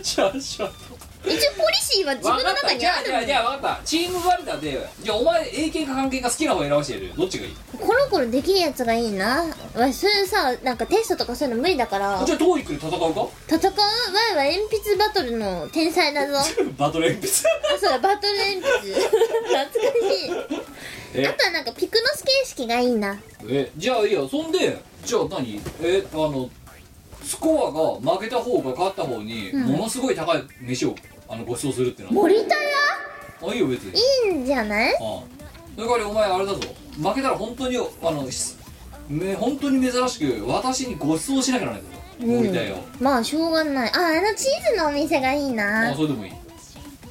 S3: シャーシャーと
S1: 一応ポリシーは自分の中にある
S3: わかったじゃあじゃあ分かったチームバルダでじゃあお前英検か漢検か好きな方選ばせてやるよどっちがいい
S1: のコロコロできるやつがいいなわそういうさなんかテストとかそういうの無理だから
S3: じゃあトーイックで戦うか
S1: 戦うワイは鉛筆バトルの天才だぞあ
S3: バトル鉛筆
S1: そうだバトル鉛筆懐かしい
S3: え
S1: あとはなんかピクノス形式がいいな
S3: えじゃあいいやそんでじゃあ何えあのスコアが負けた方が勝った方にものすごい高い飯をあのご馳走するっていうのは、
S1: 森田
S3: あいいよ別に
S1: 屋いいんじゃない
S3: ああだからお前あれだぞ負けたら本当にあのしめ本当に珍しく私にご馳走しなきゃならないぞ
S1: うん
S3: 森田よ、
S1: まあしょうがないああのチーズのお店がいい
S3: あ
S1: な
S3: あそれでもいい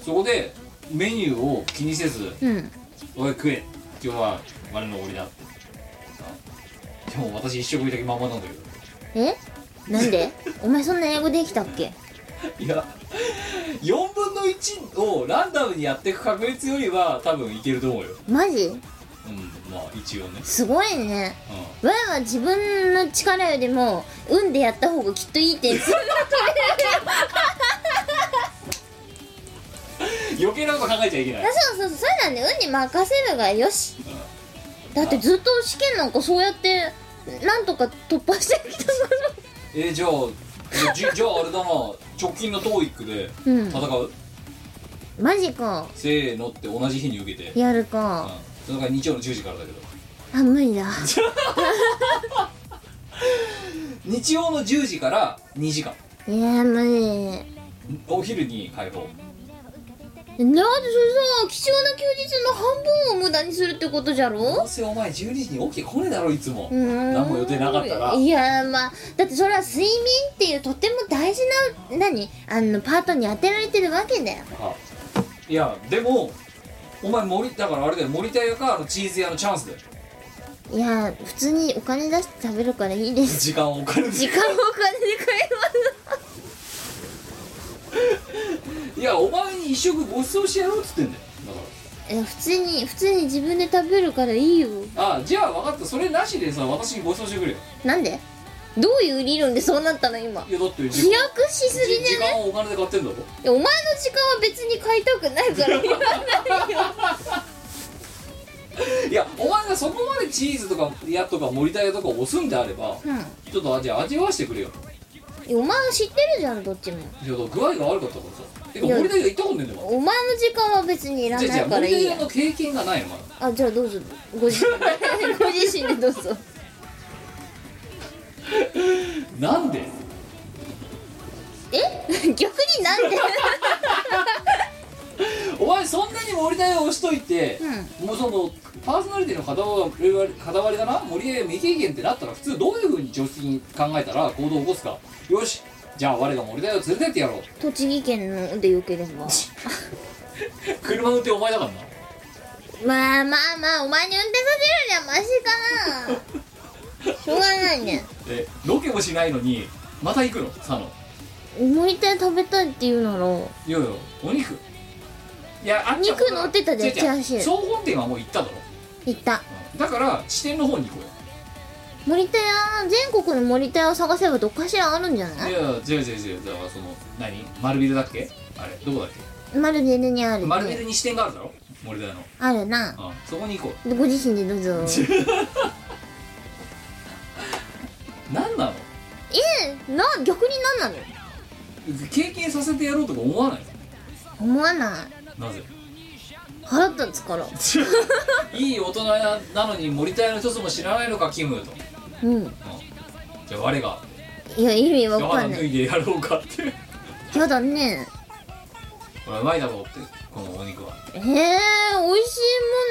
S3: そこでメニューを気にせず
S1: うん
S3: 「おい食え今日は我のおごりだ」ってあでも私一食いだけまんまなんだけど
S1: えなん でお前そんな英語できたっけ
S3: いや4分の1をランダムにやっていく確率よりは多分いけると思うよ
S1: マジ
S3: うんまあ一応ね
S1: すごいね
S3: うん
S1: わいは自分の力よりも運でやった方がきっといい点数が取
S3: 余計なこと考えちゃいけ ない
S1: れるそうそうそうそうなんで運に任せるがよしだってずっと試験なんかそうやってなんとか突破してきたか
S3: えーじゃあじゃあじ じゃああれだな直近の TOEIC で
S1: うん
S3: 戦う、
S1: らマジか
S3: せーのって同じ日に受けて、うん、
S1: やるか
S3: それから日曜の10時からだけど
S1: あ無理だ
S3: 日曜の10時から2時間
S1: いや無理
S3: お昼に解放
S1: なんでそれさ貴重な休日の半分を無駄にするってことじゃ
S3: どう
S1: ろ
S3: せお前12時に起きてこねえだろいつも、
S1: うーん
S3: 何も予定なかったら
S1: いやまあだってそれは睡眠っていうとても大事な何あのパートに当てられてるわけだよ
S3: あいやでもお前森だからあれだよ森田屋かあのチーズ屋のチャンスだよ
S1: いや普通にお金出して食べるからいいです
S3: 時間をお金で
S1: 時間をお金で買い
S3: いやお前に一食ご馳走してやろうっつってんだよだか ら
S1: ますいや普通に普通に自分で食べるからいいよ
S3: あじゃあ分かったそれなしでさ私にご馳走してくれよ
S1: なんでどういう理論でそうなったの今
S3: いやだって時
S1: 飛躍しすぎじ
S3: 時
S1: ゃない
S3: 間をお金で買ってんだろ
S1: いやお前の時間は別に買いたくないから言わないよ
S3: いやお前がそこまでチーズとかやとか森田屋とか押すんであれば、
S1: うん
S3: ちょっと味味わわしてくれよ
S1: いやお前は知ってるじゃんどっちも
S3: いやだから具合が悪かったからさてか
S1: いや
S3: 森田屋行ったことねえんだよ
S1: お前の時間は別にいら
S3: ま
S1: な
S3: だじゃあじゃ
S1: いか
S3: あ
S1: ら
S3: 森
S1: いい
S3: 田
S1: や
S3: 屋の経験がないよまだ
S1: あじゃあどうぞご自身でご自身でどう ぞ
S3: なんで
S1: え逆になん で
S3: お前そんなに森田屋押しといて、もうそのパーソナリティの片割り片割りだな森田屋未経験ってなったら普通どういうふうに常識に考えたら行動を起こすかよしじゃあ我が森田屋を連れてってや ろう
S1: 栃木県のでよければ
S3: 車の運転お前だからな
S1: まあまあまあお前に運転させるにはマシかなしょうがないね
S3: えロケもしないのにまた行くの佐野
S1: 森田食べたいって言うなら
S3: いやいやお肉いやあっちは
S1: 肉乗ってたじゃん
S3: 違う違う
S1: チャーシュー
S3: 総本店はもう行っただろ
S1: 行った
S3: だから支店の方に行こ
S1: 森田屋全国の森田屋を探せばどっかしらあるんじゃ
S3: う
S1: な
S3: よい
S1: い
S3: やいや違う違う違うだからその何丸ビルだっけあれどこだっけ
S1: マルベルにある、
S3: 丸ビルに支店があるだろ森田屋の
S1: あるな
S3: あそこに行こ
S1: でご自身でどうぞ
S3: う 何なの
S1: えな逆になんなの
S3: 経験させてやろうとか思わない
S1: 思わない
S3: の なぜ
S1: 腹立つから
S3: いい大人ななのに森田屋の一つも知らないのかキムと、うん、
S1: うん
S3: じゃあ我が
S1: いや意味わか
S3: 肌
S1: んな
S3: 脱
S1: い
S3: いでやろうかって
S1: やだね
S3: これうまいだろうってこのお肉は
S1: えー、美味しい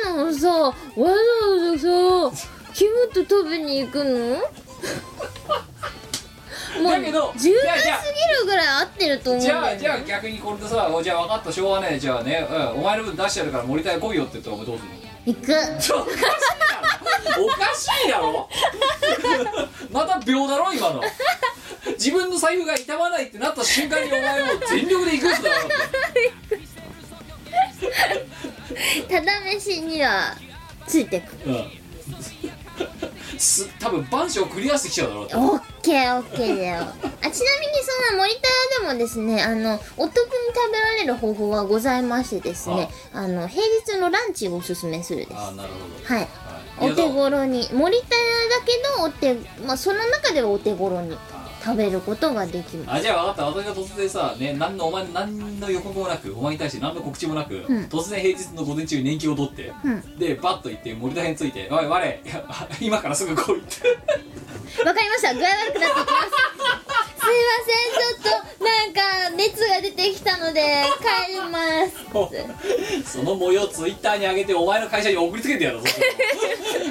S1: ものをさわざわざさキムと食べに行くのも
S3: だ
S1: う
S3: けど
S1: 十
S3: い
S1: 分
S3: や
S1: す
S3: じゃあ
S1: ぎるぐらい合ってると思うん
S3: じ
S1: だよ
S3: ゃ
S1: ね、
S3: あじゃあ逆にこれでさ「おじゃあ分かったしょうがねえじゃあね、うん、お前の分出してやるから森田屋来いよ」って言ったらお前どうするの
S1: 行く
S3: ちょおかしいだろおかしいだろまた秒だろ今の自分の財布が痛まないってなった瞬間にお前もう全力で行くんだろって
S1: ただ飯にはついてく
S3: うんす多分番所をクリアしてきちゃうだろうって
S1: オッケーオッケーだよあちなみにそのモニターでもですねあのお得に食べられる方法はございましてですねあの平日のランチをおすすめするです
S3: ああなるほ
S1: はい
S3: ど、はい、
S1: お手
S3: いや
S1: 頃にモニターだけどお手、まあ、その中ではお手頃に食べることができます
S3: あじゃあ分かった私が突然さ、ね、何のお前何の予告もなくお前に対して何の告知もなく、
S1: うん
S3: 突然平日の午前中に年金を取って、
S1: うん
S3: でバッと行って森田編ついて「おい我 今からすぐ来 い」って
S1: わかりました具合悪 くなっていきますすいませんちょっとなんか熱が出てきたので帰ります
S3: その模様をツイッターに上げてお前の会社に送りつけてやろうそしたら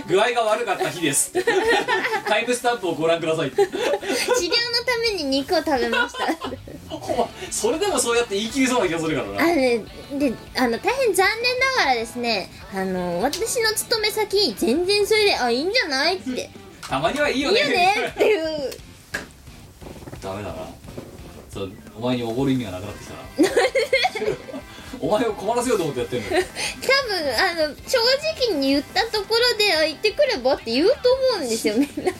S3: 具合が悪かった日ですって タイムスタンプをご覧くださいって
S1: 治療のために肉を食べました
S3: お前それでもそうやって言い切りそうな気がするから
S1: あ
S3: な
S1: のねであの大変残念ながらですねあの私の勤め先全然それであいいんじゃないっていいよ
S3: たまにはいいよね
S1: ねっていう
S3: ダメだなそうお前におごる意味がなくなってきたな お前を困らせようと思ってやってるんだよ
S1: 多分あの正直に言ったところであ行ってくればって言うと思うんですよみん な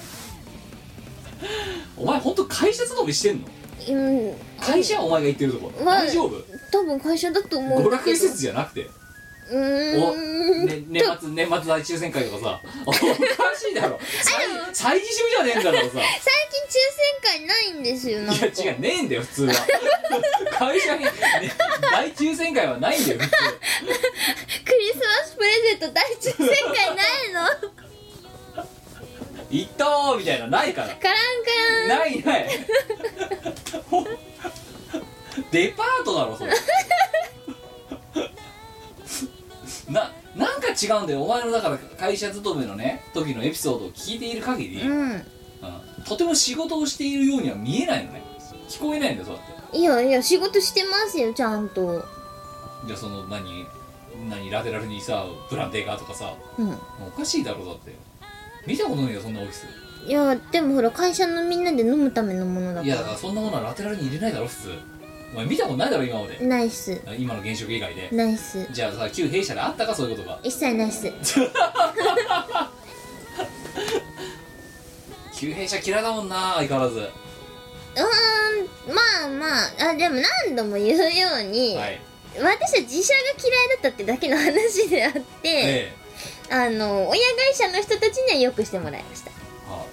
S3: お前本当会社勤めしてんの
S1: うん
S3: 会社はお前が言ってるとこ
S1: うん
S3: 大丈夫
S1: 多分会社だと思
S3: 娯
S1: うんだ
S3: 楽
S1: け
S3: 施
S1: ど
S3: 設じゃなくて
S1: う
S3: お、
S1: ーん
S3: ね、年末年末大抽選会 とかさおかしいだろ再再自習じゃねえんだから さ
S1: 最近抽選会ないんですよなんか
S3: いや違うねえんだよ普通は会社に、ね、大抽選会はないんだよ普通
S1: クリスマスプレゼント大抽選会ないの
S3: 行ったーみたいなないから
S1: カランカラン
S3: ないないほデパートだろそれななんか違うんだよお前のだから会社勤めのね時のエピソードを聞いている限り、
S1: うん
S3: うんとても仕事をしているようには見えないのね聞こえないんだよそうやって
S1: いやいや仕事してますよちゃんと
S3: じゃあその何何ラテラルにさブランデーガーとかさ
S1: うん
S3: おかしいだろだって見たことないよそんなオフィス
S1: いやでもほら会社のみんなで飲むためのものだ
S3: い
S1: か
S3: やだからそんなものはラテラルに入れないだろ普通お前見たことないだろ今まで
S1: らナイス
S3: 今の現職以外で
S1: ナイス
S3: じゃあさ旧弊社であったかそういうことが
S1: 一切ナイス
S3: 旧弊社嫌いだもんな相変わらずは
S1: うーんまあまああでも何度も言うように、
S3: い
S1: 私は自社が嫌いだったってだけの話であって、
S3: ええ
S1: あの親会社の人たちにはよくしてもらいました
S3: はあ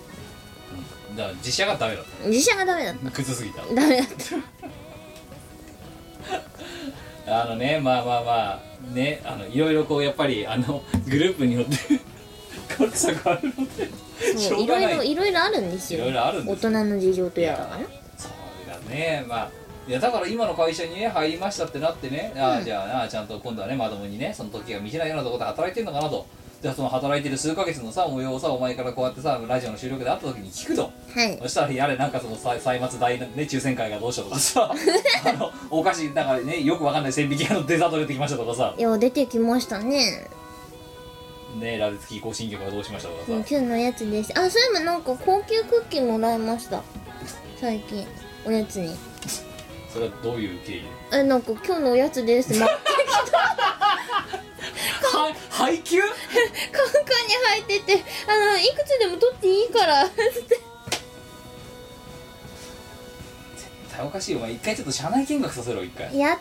S3: うんだから自社がダメだっ
S1: 自社がダメだった
S3: 崩すぎた
S1: たダメだった
S3: あのねまあまあまあねあのいろいろこうやっぱりあのグループによって格差があるので し
S1: そ
S3: ょ
S1: う
S3: う
S1: い
S3: が
S1: ろ
S3: ない
S1: いろいろいろあるんですよ
S3: いろいろあるんで
S1: 大
S3: す
S1: 人の事情とやらかな
S3: そうだねまあいやだから今の会社にね入りましたってなってねああじゃあなあちゃんと今度はねまともにねその時が見せないようなところで働いてるのかなとじゃあその働いてる数ヶ月のさ模様をさお前からこうやってさラジオの収録で会った時に聞くと
S1: はい
S3: そしたらやれなんかそのさ歳末大ね抽選会がどうしたと かさあのお菓子なんかねよくわかんない千匹屋のデザート出てきましたとかさ
S1: いや出てきましたね
S3: ねラブツキー更新曲がどうしましたとかさ
S1: 今日のおやつですあそういえばなんか高級クッキーもらいました最近おやつに
S3: それはどういう経緯 で
S1: えなんか今日のおやつです まカン
S3: は配給
S1: カンに入っててあのいくつでも取っていいから
S3: おかしいよお前一回ちょっと社内見学させろ一回
S1: やっ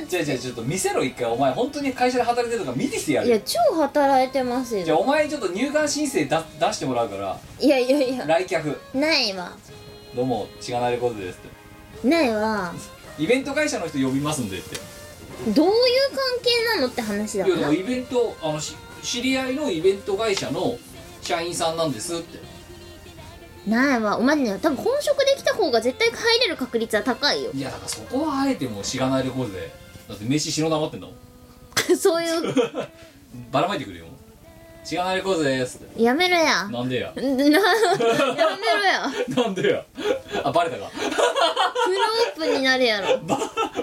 S1: た
S3: じゃあじゃあちょっと見せろ一回お前本当に会社で働いてるとか見てきてや
S1: ーい
S3: るよ
S1: や超働いてます
S3: じゃあ
S1: よ
S3: お前にちょっと入管申請だ出してもらうから
S1: いやいやいや
S3: 来客
S1: ないわ
S3: どうも違なることですっ
S1: ないわ
S3: てイベント会社の人呼びますんでって
S1: どういう関係なのって話だ
S3: いや
S1: か
S3: で
S1: ら
S3: もイベントあのし知り合いのイベント会社の社員さんなんですって
S1: ないわお前ね多分本職できた方が絶対入れる確率は高いよ
S3: いやだからそこはあえてもう知らないレコードでだって飯白黙ってんだもん
S1: そういう
S3: ばらまいてくるよ知らないレコードですって
S1: やめろや
S3: なんでや
S1: な やめろや
S3: なんでやあバレたか
S1: フルオープンになるや ろ
S3: バ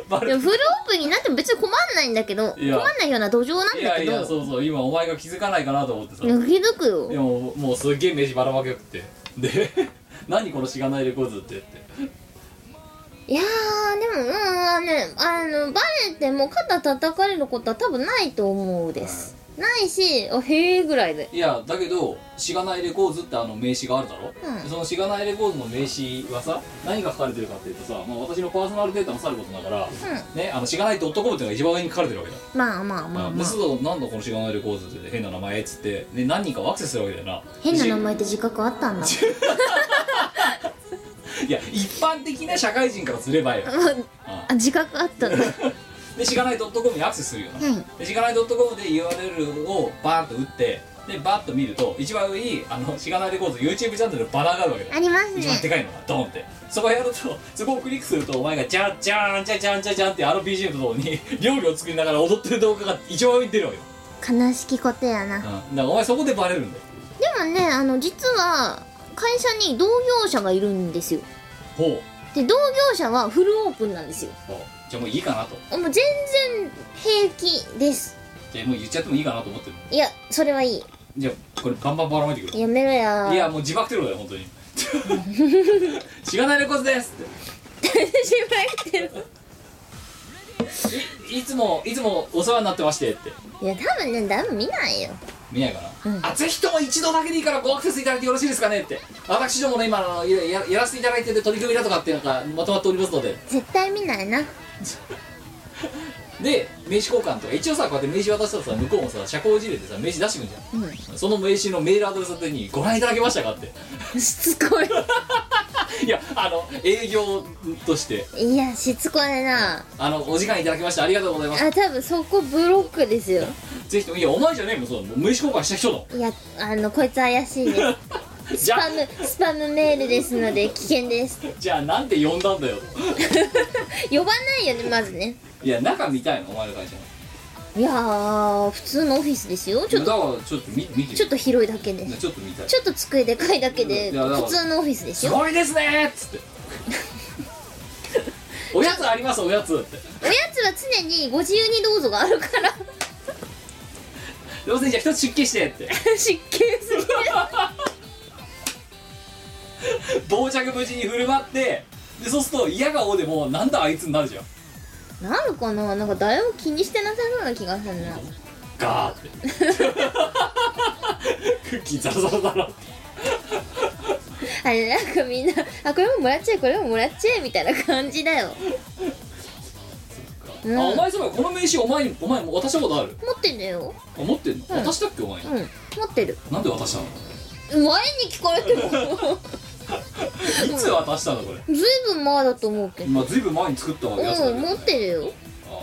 S3: バ
S1: で
S3: レ
S1: もフルオープンになっても別に困んないんだけど困
S3: い
S1: ん
S3: や
S1: ないような土壌なんだ
S3: た
S1: けど
S3: いやいやそうそう今お前が気づかないかなと思ってさ
S1: いやひどくよ
S3: でももうすっげえ飯ばらまけよくってで 何このしがないレコーズってって
S1: いやーでもうんあのねあのバレても肩叩かれることは多分ないと思うです、ないしあへえぐらいで
S3: いやだけどしがないレコーズってあの名刺があるだろ、
S1: うん
S3: そのしがないレコーズの名刺はさ何が書かれてるかっていうとさ、まあ、私のパーソナルデータもさることだから、ねあのしがない .com っていうのが一番上に書かれてるわけだ
S1: まあまあまあ
S3: で
S1: まあ
S3: 須藤なんだこのしがないレコーズって変な名前っつって、ね、何人かはアクセスするわけだよな
S1: 変な名前って自覚あったんだ
S3: いや一般的な社会人からすればよ、あ
S1: あ自覚あったんだ
S3: でしがない .com にアクセスするよな、
S1: うん
S3: でしがない .com で URL をバーンと打ってでバーッと見ると一番上にあのしがないレコーズ YouTube チャンネルのバナーがあるわけだ
S1: あります
S3: 一番で
S1: ね
S3: かいのがドンってそこやるとそこをクリックするとお前がジャンジャンジャンジャンジャンジャンってあの BGM ととも に料理を作りながら踊ってる動画が一番上に出るわけよ、
S1: 悲しきことやな
S3: う
S1: で
S3: ん、だからお前そこでバレるんだよ
S1: もねあの実は会社に同業者がいるんですよ
S3: ほう
S1: で同業者はフルオープンなんですよ
S3: ほうじゃあもういいかなと
S1: もう全然平気です
S3: じゃあもう言っちゃってもいいかなと思ってる
S1: いやそれはいい
S3: じゃあこれバンバンばらまいてくる
S1: やめろや
S3: いやもう自爆テロだよ本当に しがないレコーズですって
S1: しまってる
S3: いいつもいつもお世話になってましてって
S1: いや多分ね誰も見ないよ
S3: 見ないかな、
S1: うん
S3: あぜひとも一度だけでいいからごアクセスいただいてよろしいですかねって私どもの今あのやややらせていただいてる取り組みだとかっていうのがまとまっておりますので
S1: 絶対見ないな
S3: で名刺交換とか一応さこうやって名刺渡したらさ向こうもさ社交辞令でさ名刺出してくんじゃ
S1: うん
S3: んその名刺のメールアドレス宛てにご覧いただけましたかって
S1: しつこい
S3: いやあの営業として
S1: いやしつこいな
S3: あのお時間いただきましてありがとうございます
S1: あ多分そこブロックですよ
S3: ぜひともいやお前じゃねえもんその名刺交換した人 だ
S1: いやあのこいつ怪しいですス
S3: じゃ
S1: パムスパムメールですので危険 です
S3: じゃあなんで呼んだんだよ
S1: 呼ばないよねまずね
S3: いや中見たいのお前の会社の
S1: いやー普通のオフィスですよちょっと
S3: だからちょっと見見て
S1: ちょっと広いだけで
S3: ちょっと見たい
S1: ちょっと机でかいだけで
S3: いやだから
S1: 普通のオフィスです
S3: す
S1: よ
S3: ごいですねーっつって おやつありますおやつって
S1: おやつは常にご自由にどうぞがあるから
S3: 要するにじゃあ一つ出勤してって
S1: 失敬すぎ
S3: 傍着無事に振る舞ってでそうすると嫌がおでもなんだあいつになるじゃん
S1: なるかななんか誰も気にしてなさそうな気がするな
S3: ガーって クッキーザラザラザラって
S1: あれなんかみんなあこれももらっちゃえこれももらっちゃえみたいな感じだようん
S3: あお前そういえばこの名刺お前にお前も渡したことある
S1: 持ってんだよ
S3: あ持ってんの、
S1: うん
S3: 渡したっけお前に、
S1: うん持ってる
S3: なんで渡した
S1: 前
S3: の
S1: に聞かれても
S3: いつ渡したのこれ
S1: ずいぶん前だと思うけど
S3: まあずいぶん前に作ったわけやつだけ
S1: う
S3: ど
S1: ん
S3: ね
S1: 持ってるよ
S3: あ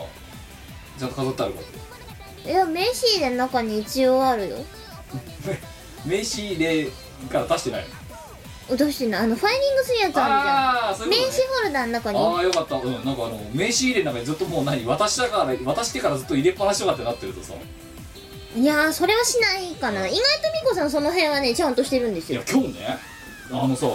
S3: あちゃんと飾ってあるかって
S1: いや名刺入れの中に一応あるよ
S3: 名刺入れから出してないの
S1: どうしてんのあのファイリングするやつあ
S3: ああーそう
S1: る
S3: い
S1: じ
S3: う
S1: ゃん名
S3: こ
S1: 刺ホルダーの中
S3: と
S1: に
S3: ねああよかったうんなんかあの名刺入れの中にずっともう何渡したから渡してからずっと入れっぱなしとかってなってるとさい
S1: いやーそれはしないかな意外とみこさんその辺はねちゃんとしてるんです
S3: や
S1: よ
S3: 今日ねあのさ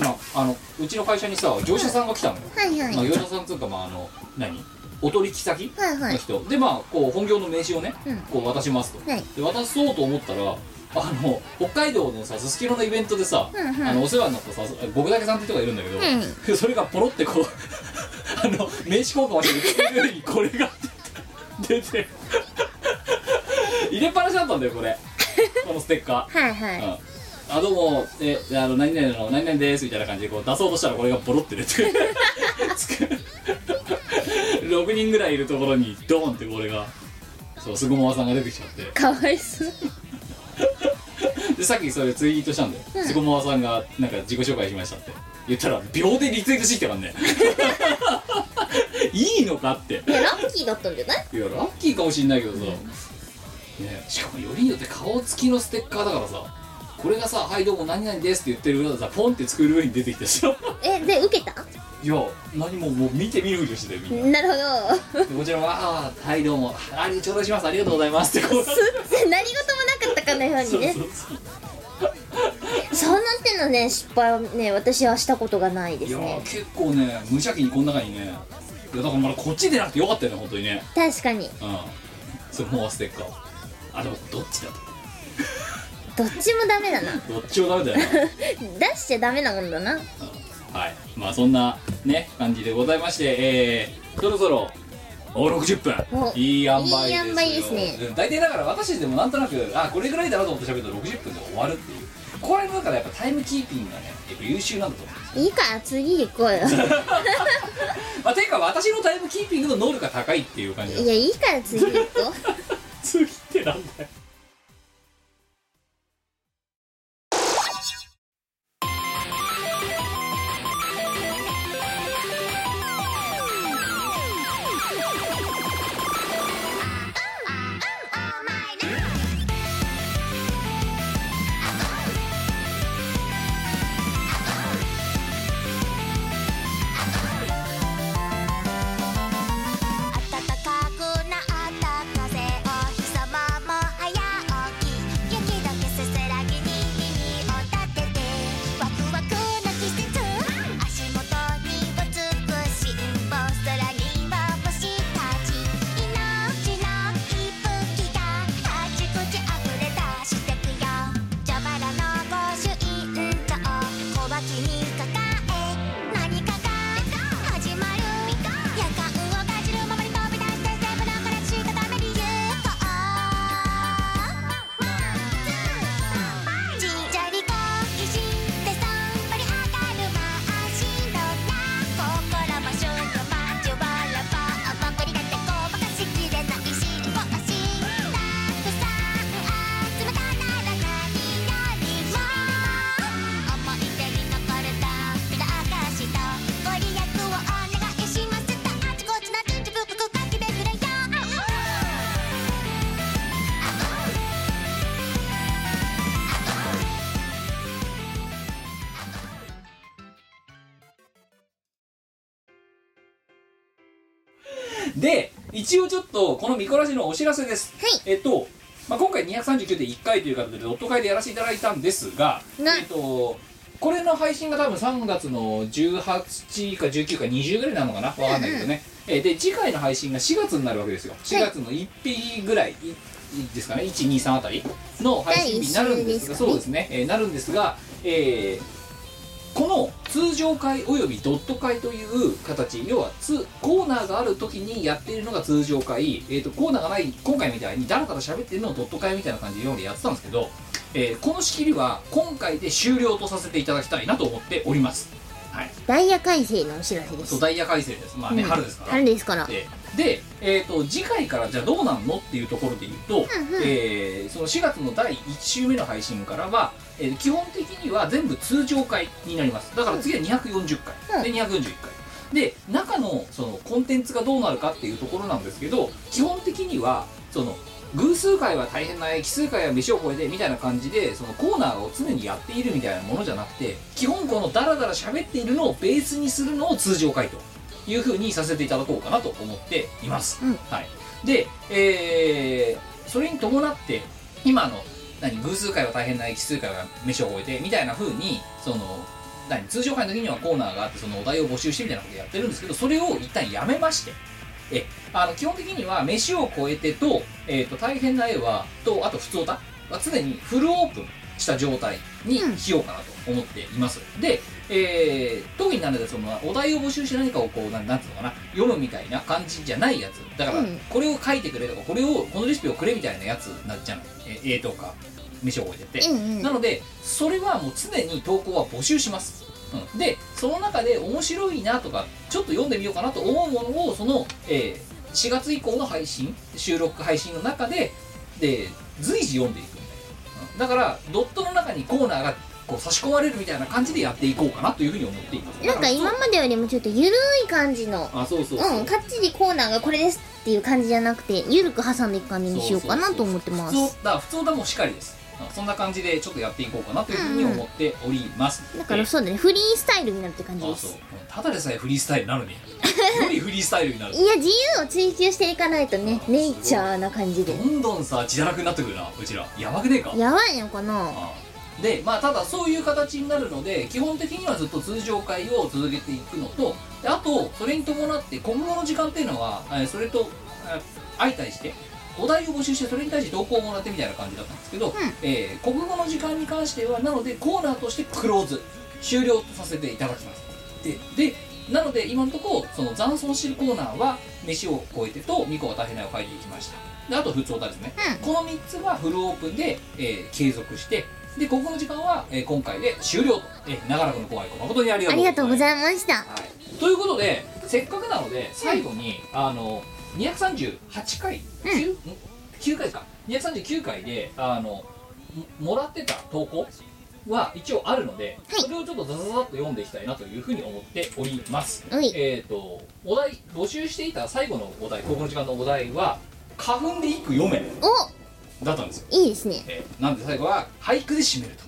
S3: まああのうちの会社にさ業者さんが来たのよ、
S1: はいはい
S3: まあ、
S1: はい
S3: 業者さんっていうかまああの何お取引先
S1: は
S3: の
S1: い
S3: 人、でまあこう本業の名刺をね、
S1: うん
S3: こう渡しますと
S1: はい
S3: で渡そうと思ったらあの北海道のさすすきののイベントでさ、
S1: うんうん
S3: あのお世話になったさ僕だけさんって人がいるんだけど、
S1: う
S3: それがポロってこう あの名刺交換をしてる時にこれが出て入れっぱなしだったんだよこれこのステッカ
S1: はい
S3: ー、
S1: は
S3: うんあどうもえあの何々の何々ですみたいな感じでこう出そうとしたらこれがボロ って出てつく6人ぐらいいるところにドーンってこれがそうすごまわさんが出てきちゃって
S1: いかわいそう
S3: でさっきそれツイートしたんだよ
S1: うん
S3: すごまわさんがなんか自己紹介しましたって言ったら秒でリツイートしてきたからね いいのかって
S1: いやラッキーだったんじゃない
S3: いやラッキーかもしんないけどさ、ねえ、しかもよりによって顔付きのステッカーだからさこれがさ「はいどうも何々です」って言ってる裏でさポンって作る上に出てきてさ
S1: えで受けた
S3: いや何ももう見て見るふりをしてたよみんな
S1: なるほど
S3: でこちらは「あーはいどうもあれ頂戴しますありがとうござい ます」ってこう
S1: すって何事もなかったかのようにね
S3: そうそうそう
S1: そうなってのね失敗はね私はしたことがないで
S3: い
S1: す
S3: やー
S1: ね
S3: 結構ね無邪気にこの中にねいやだからまだこっち出なくてよかったよね本当にね
S1: 確かに
S3: うんそれもうステッカーあでもどっちだ
S1: ど
S3: と
S1: っちもダメだな
S3: どっちもダメだよな
S1: 出しちゃダメなもんだな
S3: はいまあそんなね感じでございましてえー、そろそろお60分
S1: お
S3: いい塩梅ですよ
S1: いい塩梅ですね
S3: うん大体だから私たちでもなんとなくあこれぐらいだなと思って喋ると60分で終わるっていうこれの中でやっぱタイムキーピングがねやっぱ優秀なんだと思うんです
S1: いいから次行こ うよ
S3: よまあていうか私のタイムキーピングの能力が高いっていう感じだ
S1: いやいいから次行こう
S3: 次ってなんだよ
S4: 暖かくなった風をひさまも早起き雪解けせせらぎに耳を立ててワクワクな季節足元にはつくしんぼ空には星たち命の息吹があちこちあふれ出してくよ蛇腹の御朱印帳小脇に抱え何かが始まる夜間をかじるままに飛び出して全部流れしたために UFO ちっちゃに恋してそんばに上がる真っ白な心も瞬間交わらば甘くになってごまかしきれないしもしたくさん集めたなら何よりも思い出に残るとみなかしとご利益をお願いしますとあちこちの人事深く書きでくれよ
S3: で一応ちょっとこの見こらしのお知らせです
S1: はい
S3: えっと、まあ、今回239で1回という形でドット会でやらせていただいたんですが、
S1: な
S3: えっと、これの配信が多分3月の18か19か20ぐらいなのかなわかんないけどね、えーで次回の配信が4月になるわけですよ4月の1日ぐらいいいいですかね123あたりの配信日になるん
S1: 第
S3: ですが
S1: 一週ですか
S3: そ
S1: ね
S3: うですね、えーなるんですが、えーこの通常会およびドット会という形要はつコーナーがある時にやっているのが通常会、えー、とコーナーがない今回みたいにだらだら喋ってるのをドット会みたいな感じで今までやってたんですけど、えーこの仕切りは今回で終了とさせていただきたいなと思っておりますはい
S1: ダイヤ改正のお知らせです
S3: 土台や改正ですまあね、
S1: うん
S3: 春ですから
S1: 春ですから
S3: でで、えー、と次回からじゃあどうなんのっていうところで言うと、
S1: うんうん
S3: えーその4月の第1週目の配信からは、えー基本的には全部通常回になりますだから次は240回、で241回で中のそのコンテンツがどうなるかっていうところなんですけど基本的にはその偶数回は大変な奇数回は飯を超えてみたいな感じでそのコーナーを常にやっているみたいなものじゃなくて基本このダラダラ喋っているのをベースにするのを通常回というふうにさせていただこうかなと思っています、
S1: うん
S3: はい、で、えーそれに伴って今の何偶数回は大変な奇数回は飯を超えてみたいなふうにその何通常回の時にはコーナーがあってそのお題を募集してみたいなことやってるんですけどそれを一旦やめましてえあの基本的には飯を超えてと,、えー、と大変な絵はとあと普通歌は常にフルオープンした状態にしようかなと思っています、で、えー特になのでそのお題を募集して何かをこうななんつうのかな読むみたいな感じじゃないやつだから
S1: うん
S3: これを書いてくれとかこれをこのレシピをくれみたいなやつなっちゃうえ絵とか飯を超えてって、
S1: うんう
S3: なんのでそれはもう常に投稿は募集します、うん、でその中で面白いなとかちょっと読んでみようかなと思うものをその、えー4月以降の配信収録配信の中でで随時読んでいくみたいな、うんだからドットの中にコーナーがこう差し込まれるみたいな感じでやっていこうかなというふうに思っています
S1: なんか今までよりもちょっとゆるい感じの
S3: あそうそうそう、
S1: うんかっちりコーナーがこれですっていう感じじゃなくてゆるく挟んでいく感じにしようかなと思ってます
S3: そうそうそう普通だ普通だもしかりですうんそんな感じでちょっとやっていこうかなというふうに思っております、
S1: だからそうだねフリースタイルになるって感じ
S3: あ
S1: で
S3: そう
S1: す
S3: ただでさえフリースタイルな のによりフリースタイルになる
S1: いや自由を追求していかないとね
S3: あー
S1: ネイチャーな感じ
S3: ど
S1: で
S3: んどんさ自堕落になってくるなうちらやばくねえか
S1: やばいのかな
S3: ああでまあただそういう形になるので基本的にはずっと通常会を続けていくのとであとそれに伴って今後の時間っていうのはえーそれとえー相対してお題を募集してそれに対して投稿をもらってみたいな感じだったんですけど、えー国語の時間に関してはなのでコーナーとしてクローズ終了とさせていただきますででなので今のところその残存してるコーナーは「飯を超えて」と「ミコは大変な」を書いていきましたであと普通歌ですね、この3つはフルオープンで、えー継続してでここの時間は、えー今回で終了と、えー長らくのご愛顧誠にありが
S1: あ
S3: とう
S1: りがとうご
S3: ございます
S1: ざいました
S3: はい、ということでせっかくなので最後に、あの238回、
S1: うん
S3: 9, 9回か239回であのももらってた投稿は一応あるので、
S1: はい
S3: それをちょっとザザザッと読んでいきたいなというふうに思っております、
S1: はい
S3: えっ、とお題募集していた最後のお題ここの時間のお題は「花粉で一句読め
S1: お」
S3: だったんですよ
S1: いいですね
S3: えーなんで最後は俳句で締めると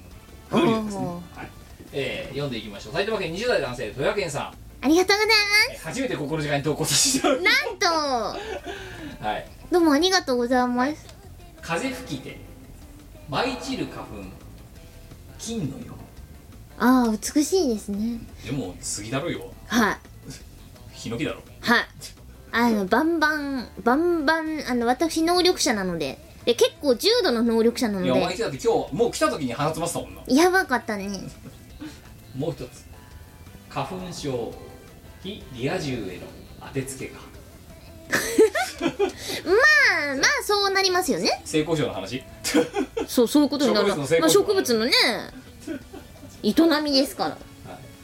S3: 風流ですね、はいえー読んでいきましょう埼玉県20代男性富山県さ
S1: ありがとうござい
S3: んえー初めてここの時間に投稿させてもらいま
S1: ますなんと
S3: すはい
S1: どうもありがとうございます
S3: 風吹きて舞い散る花粉金のよ
S1: ああ美しいですね
S3: うでも杉だろうよ
S1: はい
S3: ヒノキだろ
S1: はいあのバンバンバンバンあの私能力者なのでで結構重度の能力者なの
S3: いやお前
S1: で
S3: 来たって今日もう来た時に放つましたもんな
S1: やばかったね
S3: もう一つ花粉症非リア充への当てつけが
S1: まあまあそうなりますよね
S3: 成功症の 話
S1: そうそういうことになる
S3: 植物の成功
S1: まあ、植物のね営みですから
S3: はい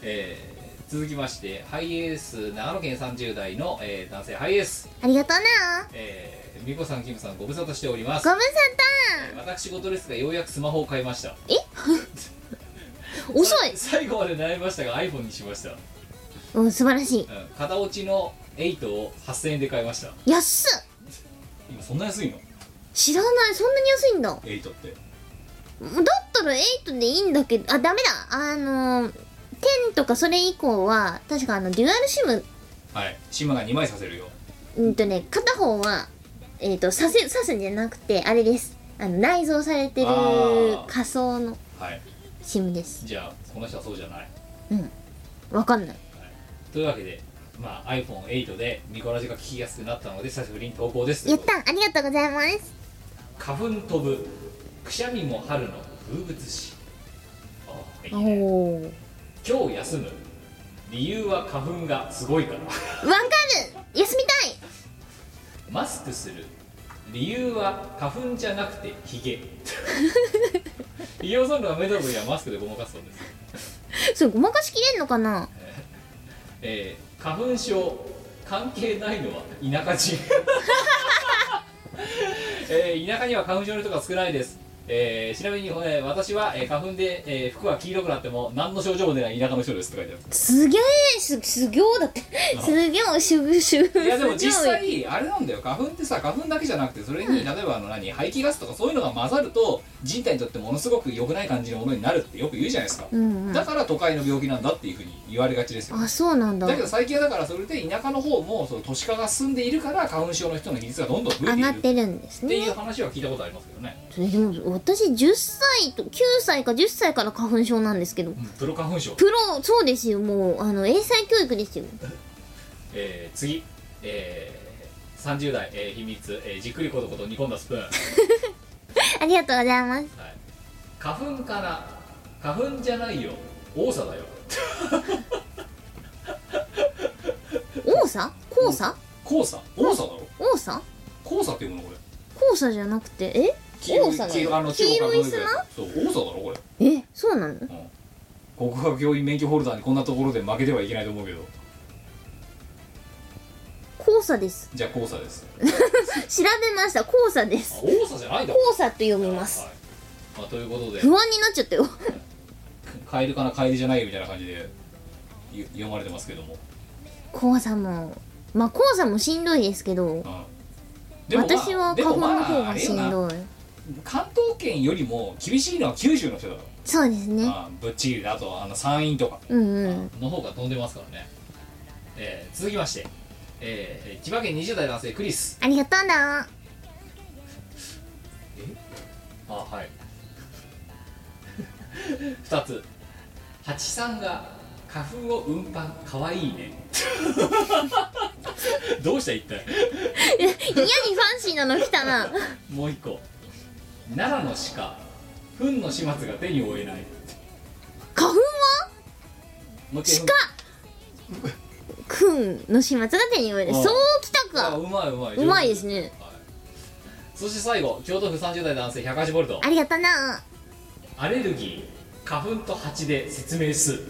S3: えー続きましてハイエース長野県30代の、えー男性ハイエース、
S1: ありがとうな
S3: えー、みこさんキムさんご無沙汰しております
S1: ご無
S3: 私事ですがようやくスマホを買いました
S1: 沙汰遅い
S3: さ最後まで悩みましたが iPhone にしました、うん、
S1: うん素晴らしい
S3: 片落ちの8を8000円で買いました
S1: 安っ
S3: 今そんな安いの
S1: 知らないそんなに安いんだだ
S3: 8って
S1: ったら8でいいんだけどあダメだあの10とかそれ以降は確かあのデュアルシム
S3: はい島が2枚させるよ
S1: うんとね片方はえっ、とさせさすんじゃなくてあれですあの内蔵されてる
S3: あー
S1: 仮想の
S3: はい
S1: シムです
S3: じゃあこの人はそうじゃない
S1: わかんない
S3: というわけでまあ iPhone8 でミコラジが聞きやすくなったので久しぶりに投稿です
S1: やったありがとうございます
S3: 花粉飛ぶくしゃみも春の風物詩ああいい
S1: お
S3: ね
S1: おー
S3: 今日休む理由は花粉がすごいから
S1: わかる休みたい
S3: マスクする理由は花粉じゃなくてヒゲ医療ソングはメドブリはマスクでごまかすそうです、
S1: それごまかしきれんのかな
S3: えー花粉症関係ないのは田舎人、えー田舎には花粉症の人が少ないですえーちなみに、えー私は、えー花粉で、えー服は黄色くなっても何の症状も出ない田舎の人ですって書いてある
S1: すげえすすぎょうだってすげえしゅぶしゅぶ
S3: いやでも実
S1: すげえ
S3: 際あれなんだよ花粉ってさ花粉だけじゃなくてそれに例えばあの何排気ガスとかそういうのが混ざると人体にとってものすごく良くない感じのものになるってよく言うじゃないですか、
S1: うんうん
S3: だから都会の病気なんだっていうふうに言われがちですよ
S1: あそうなんだ
S3: だけど最近はだからそれで田舎の方もその都市化が進んでいるから花粉症の人の比率がどんどん増え
S1: 上がって
S3: いる
S1: てるんです
S3: っていう
S1: ね
S3: 話は聞いたことありますけどね、
S1: それでも私10歳と9歳か10歳から花粉症なんですけど
S3: うんプロ花粉症
S1: プロそうですよもうあの英才教育ですよ
S3: えー次、えー30代、えー秘密、えーじっくりことこと煮込んだスプーン
S1: ありがとうございます
S3: はい、花粉かな花粉じゃないよ多さだよ
S1: 多さ黄砂
S3: 黄砂黄砂だろ
S1: 多さ
S3: 黄砂っていうものこれ
S1: 黄砂じゃなくてえ黄砂
S3: 黄色いあの
S1: 黄色い
S3: 中国
S1: 砂
S3: からそう黄砂だろこれ
S1: えそうなの
S3: 国学教員免許ホルダーにこんなところで負けてはいけないと思うけど
S1: 黄砂です
S3: じゃあ黄砂です
S1: 調べました黄砂で
S3: あ
S1: す
S3: 黄砂じゃないんだ
S1: 黄砂と読みます
S3: はいまあ、ということで
S1: 不安になっちゃったよ
S3: カエルかなカエルじゃないよみたいな感じでゆ読まれてますけども、
S1: 黄砂もまあ黄砂もしんどいですけど
S3: うんでもまあ
S1: 私は
S3: で
S1: 花粉
S3: もまあ
S1: の方
S3: あ
S1: が
S3: れ
S1: し
S3: よなん
S1: どい
S3: 関東圏よりも厳しいのは九州の人だろ、
S1: そうですね
S3: あぶっちぎりであとあの山陰とか
S1: うんうん
S3: の方が飛んでますからね、えー続きまして、えー千葉県20代男性クリス
S1: ありがとうな
S3: あはい 2つ八さんが花粉を 運搬かわいいねどうした一体
S1: いや嫌にファンシーなの来たな
S3: もう一個奈良の鹿糞の始末が手に負えない
S1: 花粉は
S3: もう一回
S1: 鹿くんの始末が手に負える
S3: ああ
S1: そうきた
S3: あ
S1: か
S3: うまいうまいう
S1: うまいですね
S3: そして最後京都府30代男性108ボルト
S1: ありがたな
S3: アレルギー花粉と蜂で説明す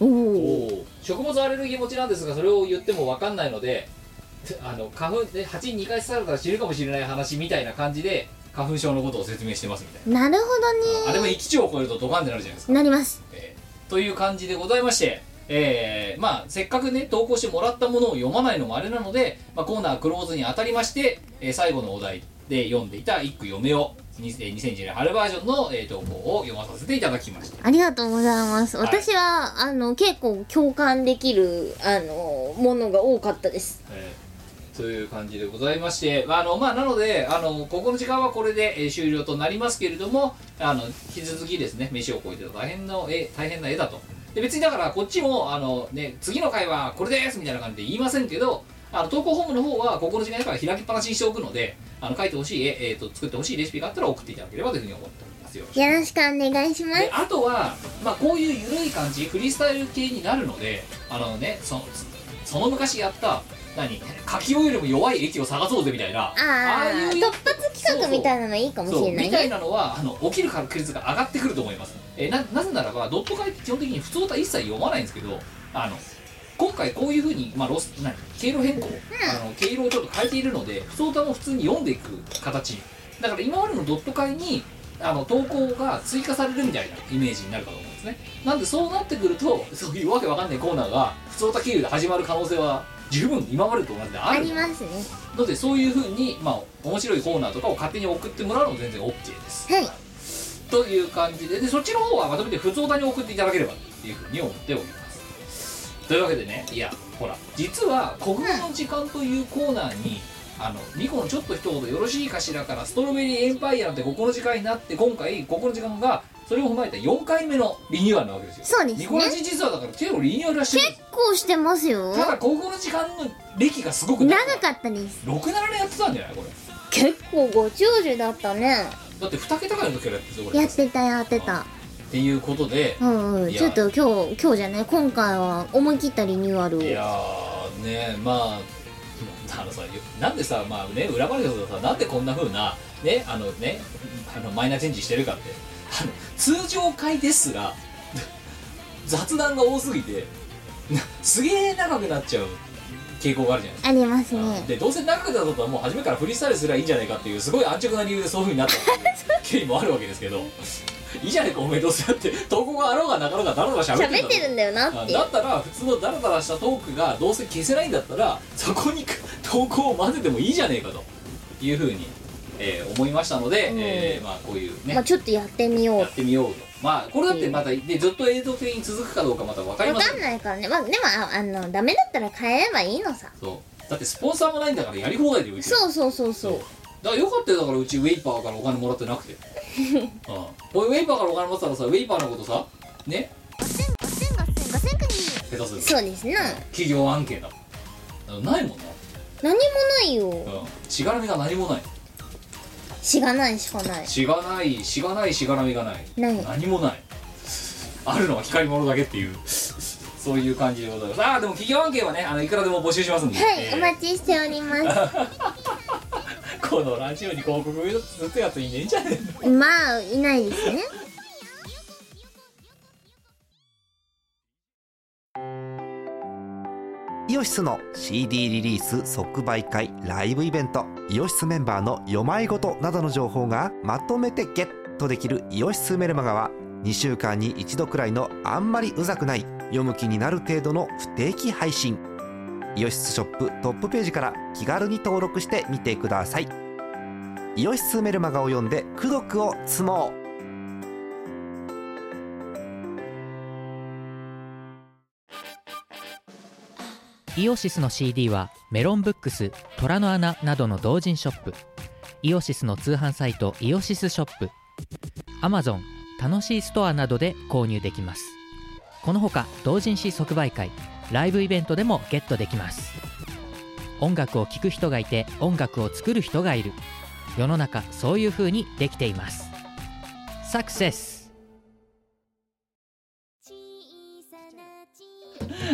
S1: お
S3: お
S1: お
S3: お食物アレルギー持ちなんですがそれを言っても分かんないので あの花粉で蜂に2回刺されたら死ぬかもしれない話みたいな感じで花粉症のことを説明してますみたい
S1: なるほ
S3: なあ
S1: ど
S3: でも
S1: ね
S3: 1兆を超えるとドカンってなるじゃないですか
S1: なります
S3: えーという感じでございまして、えーまあ、せっかくね投稿してもらったものを読まないのもあれなので、まあ、コーナークローズに当たりまして、えー最後のお題で読んでいた一句読めを2010年春バージョンの、えー投稿を読まさせていただきました
S1: ありがとうございます。
S3: はい
S1: 私は、あの、結構共感できる、あの、ものが多かったです。
S3: えーという感じでございまして、まああのまあ、なのであのここの時間はこれで、えー終了となりますけれどもあの引き続きですね飯を超えて大変の絵大変な絵だとで別にだからこっちもあの、ね、次の回はこれですみたいな感じで言いませんけどあの投稿フォームの方はここの時間だから開きっぱなしにしておくのであの書いてほしい絵、えー、と作ってほしいレシピがあったら送っていただければというふうに思っておりますよ
S1: よろしくお願いします
S3: で。あとは、まあ、こういう緩い感じフリースタイル系になるのであのねそのその昔やった何柿オよりも弱い駅を探そうぜみたいな
S1: ああ
S3: いう
S1: 突発企画みたいなのいいかもし
S3: そう
S1: れない
S3: みたい
S1: ね。
S3: なのはあの起きる確率が上がってくると思います、えーななぜならばドット会って基本的に普通歌一切読まないんですけどあの今回こういうふうに、まあ、ロス何経路変更、あの経路をちょっと変えているので普通歌も普通に読んでいく形だから今までのドット会にあの投稿が追加されるみたいなイメージになるかと思うんですねなんでそうなってくるとそういうわけわかんないコーナーが普通歌経由で始まる可能性は十分今までと同じであ
S1: あ
S3: る
S1: りますね。
S3: のでそういうふうに、まあ、面白いコーナーとかを勝手に送ってもらうのも全然 OK です。
S1: はい
S3: という感じででそっちの方はまとめて普通歌に送っていただければっていうふうに思っております。というわけでねいやほら実は「国語の時間」というコーナーに、あのニコのちょっと一言よろしいかしらから「ストロベリーエンパイア」なんてここの時間になって今回ここの時間がそれを踏まえた4回目のリニューアルなわけですよ。
S1: そうですね
S3: ニコラジ実はだから結構リニューアルはしてるんです
S1: 結構してますよ。
S3: ただここの時間の歴がすごく
S1: 長かったです。
S3: 67年やってたんじゃないこれ。
S1: 結構ご長寿だったね。
S3: だって2桁ぐらいの時からやってるぞこれ
S1: やってたやってた。
S3: っていうことで
S1: うんうん。
S3: いや
S1: ちょっと今日、今日じゃない、今回は思い切ったリニューアルを。
S3: いや
S1: い
S3: ーねまあ あのさなんでさまあね裏話だとさなんでこんな風なねあのねあのマイナーチェンジしてるかってあの通常回ですが 雑談が多すぎてなすげえ長くなっちゃう傾向があるじゃないですか
S1: ありますね。
S3: でどうせ長くなったことはもう初めからフリースタイルすりゃいいんじゃないかっていうすごい安直な理由でそういうふうになっ たっていう経緯もあるわけですけどいいじゃないかおめえどうせだって投稿があろうがなかろうがだらだら喋って
S1: 喋ってるん
S3: だ
S1: だよな
S3: あ
S1: っていう
S3: だ。ったら普通のダラダラしたトークがどうせ消せないんだったらそこに 投稿を混ぜてもいいじゃねえかというふうに、えー思いましたので、
S1: うん
S3: えーまあ、こういうね、
S1: まあちょっとやってみよう
S3: やってみようとまあこれだってまたでずっと映像的に続くかどうかまた分かり
S1: わ
S3: ませ
S1: か
S3: ん
S1: んないからね。まあでも、ああの、ダメだったら変えればいいのさ。
S3: そうだってスポンサーもないんだからやり放題でようちは
S1: そうそうそうそう。
S3: だからよかったよだからうちウェイパーからお金もらってな くてうん俺ウェイパーからお金もらってたらさウェイパーのことさね
S4: ごせんごせんごせんくに
S3: 下手する
S1: そうですな。
S3: 企業案件だもんないもんな、
S1: 何もないよ。
S3: うん、しがらみが何もない
S1: しがないしかない。
S3: しがないしがないしがらみがない
S1: ない
S3: 何もないあるのは光り物だけっていうそういう感じでございますああでも企業案件はねあのいくらでも募集しますんで
S1: はい
S3: え、ー
S1: お待ちしております。
S3: このラジオに広告打つやついねえんじゃね
S1: まあ、いないですね。
S5: イオシスの CD リリース即売会ライブイベントイオシスメンバーの読まいごとなどの情報がまとめてゲットできる「イオシスメルマガ」は2週間に1度くらいのあんまりうざくない読む気になる程度の不定期配信イオシスショップトップページから気軽に登録してみてくださいイオシスメルマガを読んで「功徳を積もう」
S6: イオシスの CD はメロンブックス虎の穴などの同人ショップイオシスの通販サイトイオシスショップ Amazon 楽しいストアなどで購入できますこのほか同人誌即売会ライブイベントでもゲットできます音楽を聴く人がいて音楽を作る人がいる世の中そういう風にできていますサクセス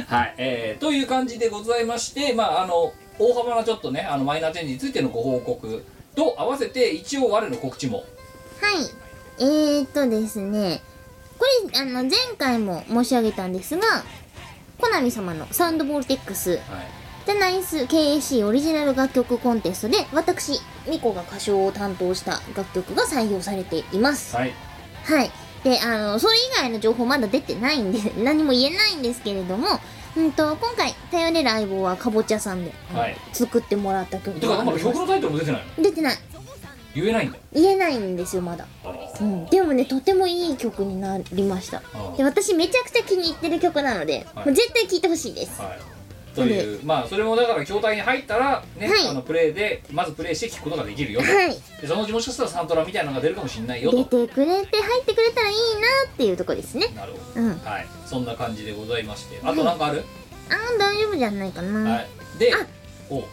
S3: はい、えーという感じでございまして、まあ、あの大幅なちょっとねあのマイナーチェンジについてのご報告と合わせて一応我の告知も
S1: はい。えー、っとですね、これ、あの、前回も申し上げたんですが、コナミ様のサウンドボルテックス、
S3: はい
S1: ザ・ナイス KAC オリジナル楽曲コンテストで、私、ミコが歌唱を担当した楽曲が採用されています。
S3: はい
S1: はい。で、あの、それ以外の情報まだ出てないんで、 何も言えないんですけれども、うんと、今回、頼れる相棒はかぼちゃさんで、
S3: はい
S1: 作ってもらった曲
S3: てか
S1: が
S3: な
S1: あ
S3: ん
S1: り
S3: か
S1: ます
S3: 曲のタイトルも出てないの
S1: 出てない。
S3: 言えないんだ
S1: 言えないんですよ、まだ。
S3: あの
S1: うん、でもねとてもいい曲になりました
S3: ああ
S1: で私めちゃくちゃ気に入ってる曲なので、
S3: はい
S1: もう絶対聴いてほしいです
S3: はいというまあそれもだから筐体に入ったらね、
S1: はい
S3: あのプレイでまずプレイして聞くことができるよ
S1: はい
S3: でそのうちもしかしたらサントラみたいなのが出るかもしれないよ
S1: 出
S3: と
S1: てくれて入ってくれたらいいなっていうとこですね
S3: なるほ
S1: うんあ
S3: どはいそんな感じでございましてあとなんかある、
S1: ー大丈夫じゃないかな、
S3: はいで
S1: あ
S3: おう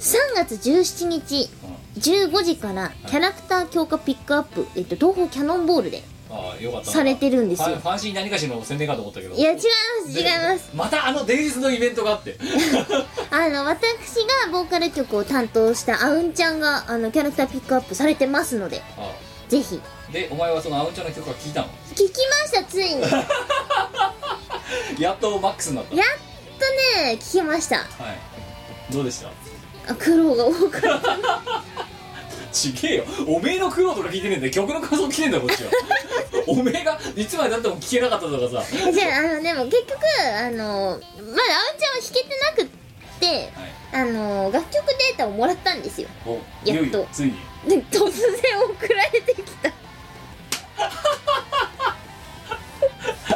S1: 3月17日15時からキャラクター強化ピックアップ、えっと、東宝キャノンボールで
S3: ああよかったな
S1: されてるんです
S3: ファン
S1: よ
S3: ファンシー何かしらの宣伝かと思ったけど
S1: いや違います違います
S3: またあの伝説のイベントがあって
S1: あの私がボーカル曲を担当したあうんちゃんがあのキャラクターピックアップされてますので
S3: あ
S1: ぜひ
S3: あでお前はそのアウンチャの曲は聞いたの
S1: 聞きましたつ いに
S3: やっとマックスになっ
S1: やっとね聞きました
S3: たはいどうでした
S1: あ苦労が多 かった
S3: ちげえよおめえの苦労とか聞いてねえんだよ曲の感想聞いてんだよこっ ちはおめえがいつまでだっても聞けなかったとかさ
S1: じゃああのでも結局あのまだあうんちゃんは弾けてなくって
S3: はい
S1: あの楽曲データをもらったんですよ
S3: お
S1: やっと
S3: いよいよついに
S1: で突然送られてきた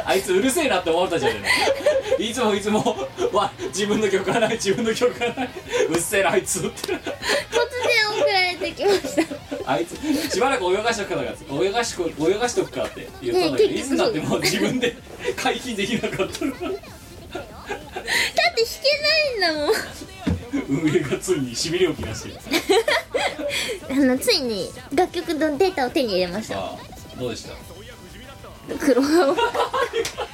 S3: あいつうるせえなって思ったじゃねえのいつもいつもわ自分の曲がない自分の曲がないうっせえなあいつって
S1: 突然送られてきました
S3: あいつしばらく泳がしとくから泳がしこ泳がしとくからって言ったんだけど、
S1: ねえ
S3: いつになっても自分で解禁できなかったの
S1: だって弾けないんだもん
S3: 運営がついにしびれを切らしてる
S1: あのついに楽曲のデータを手に入れました
S3: さあどうでした
S1: 苦労が多かっ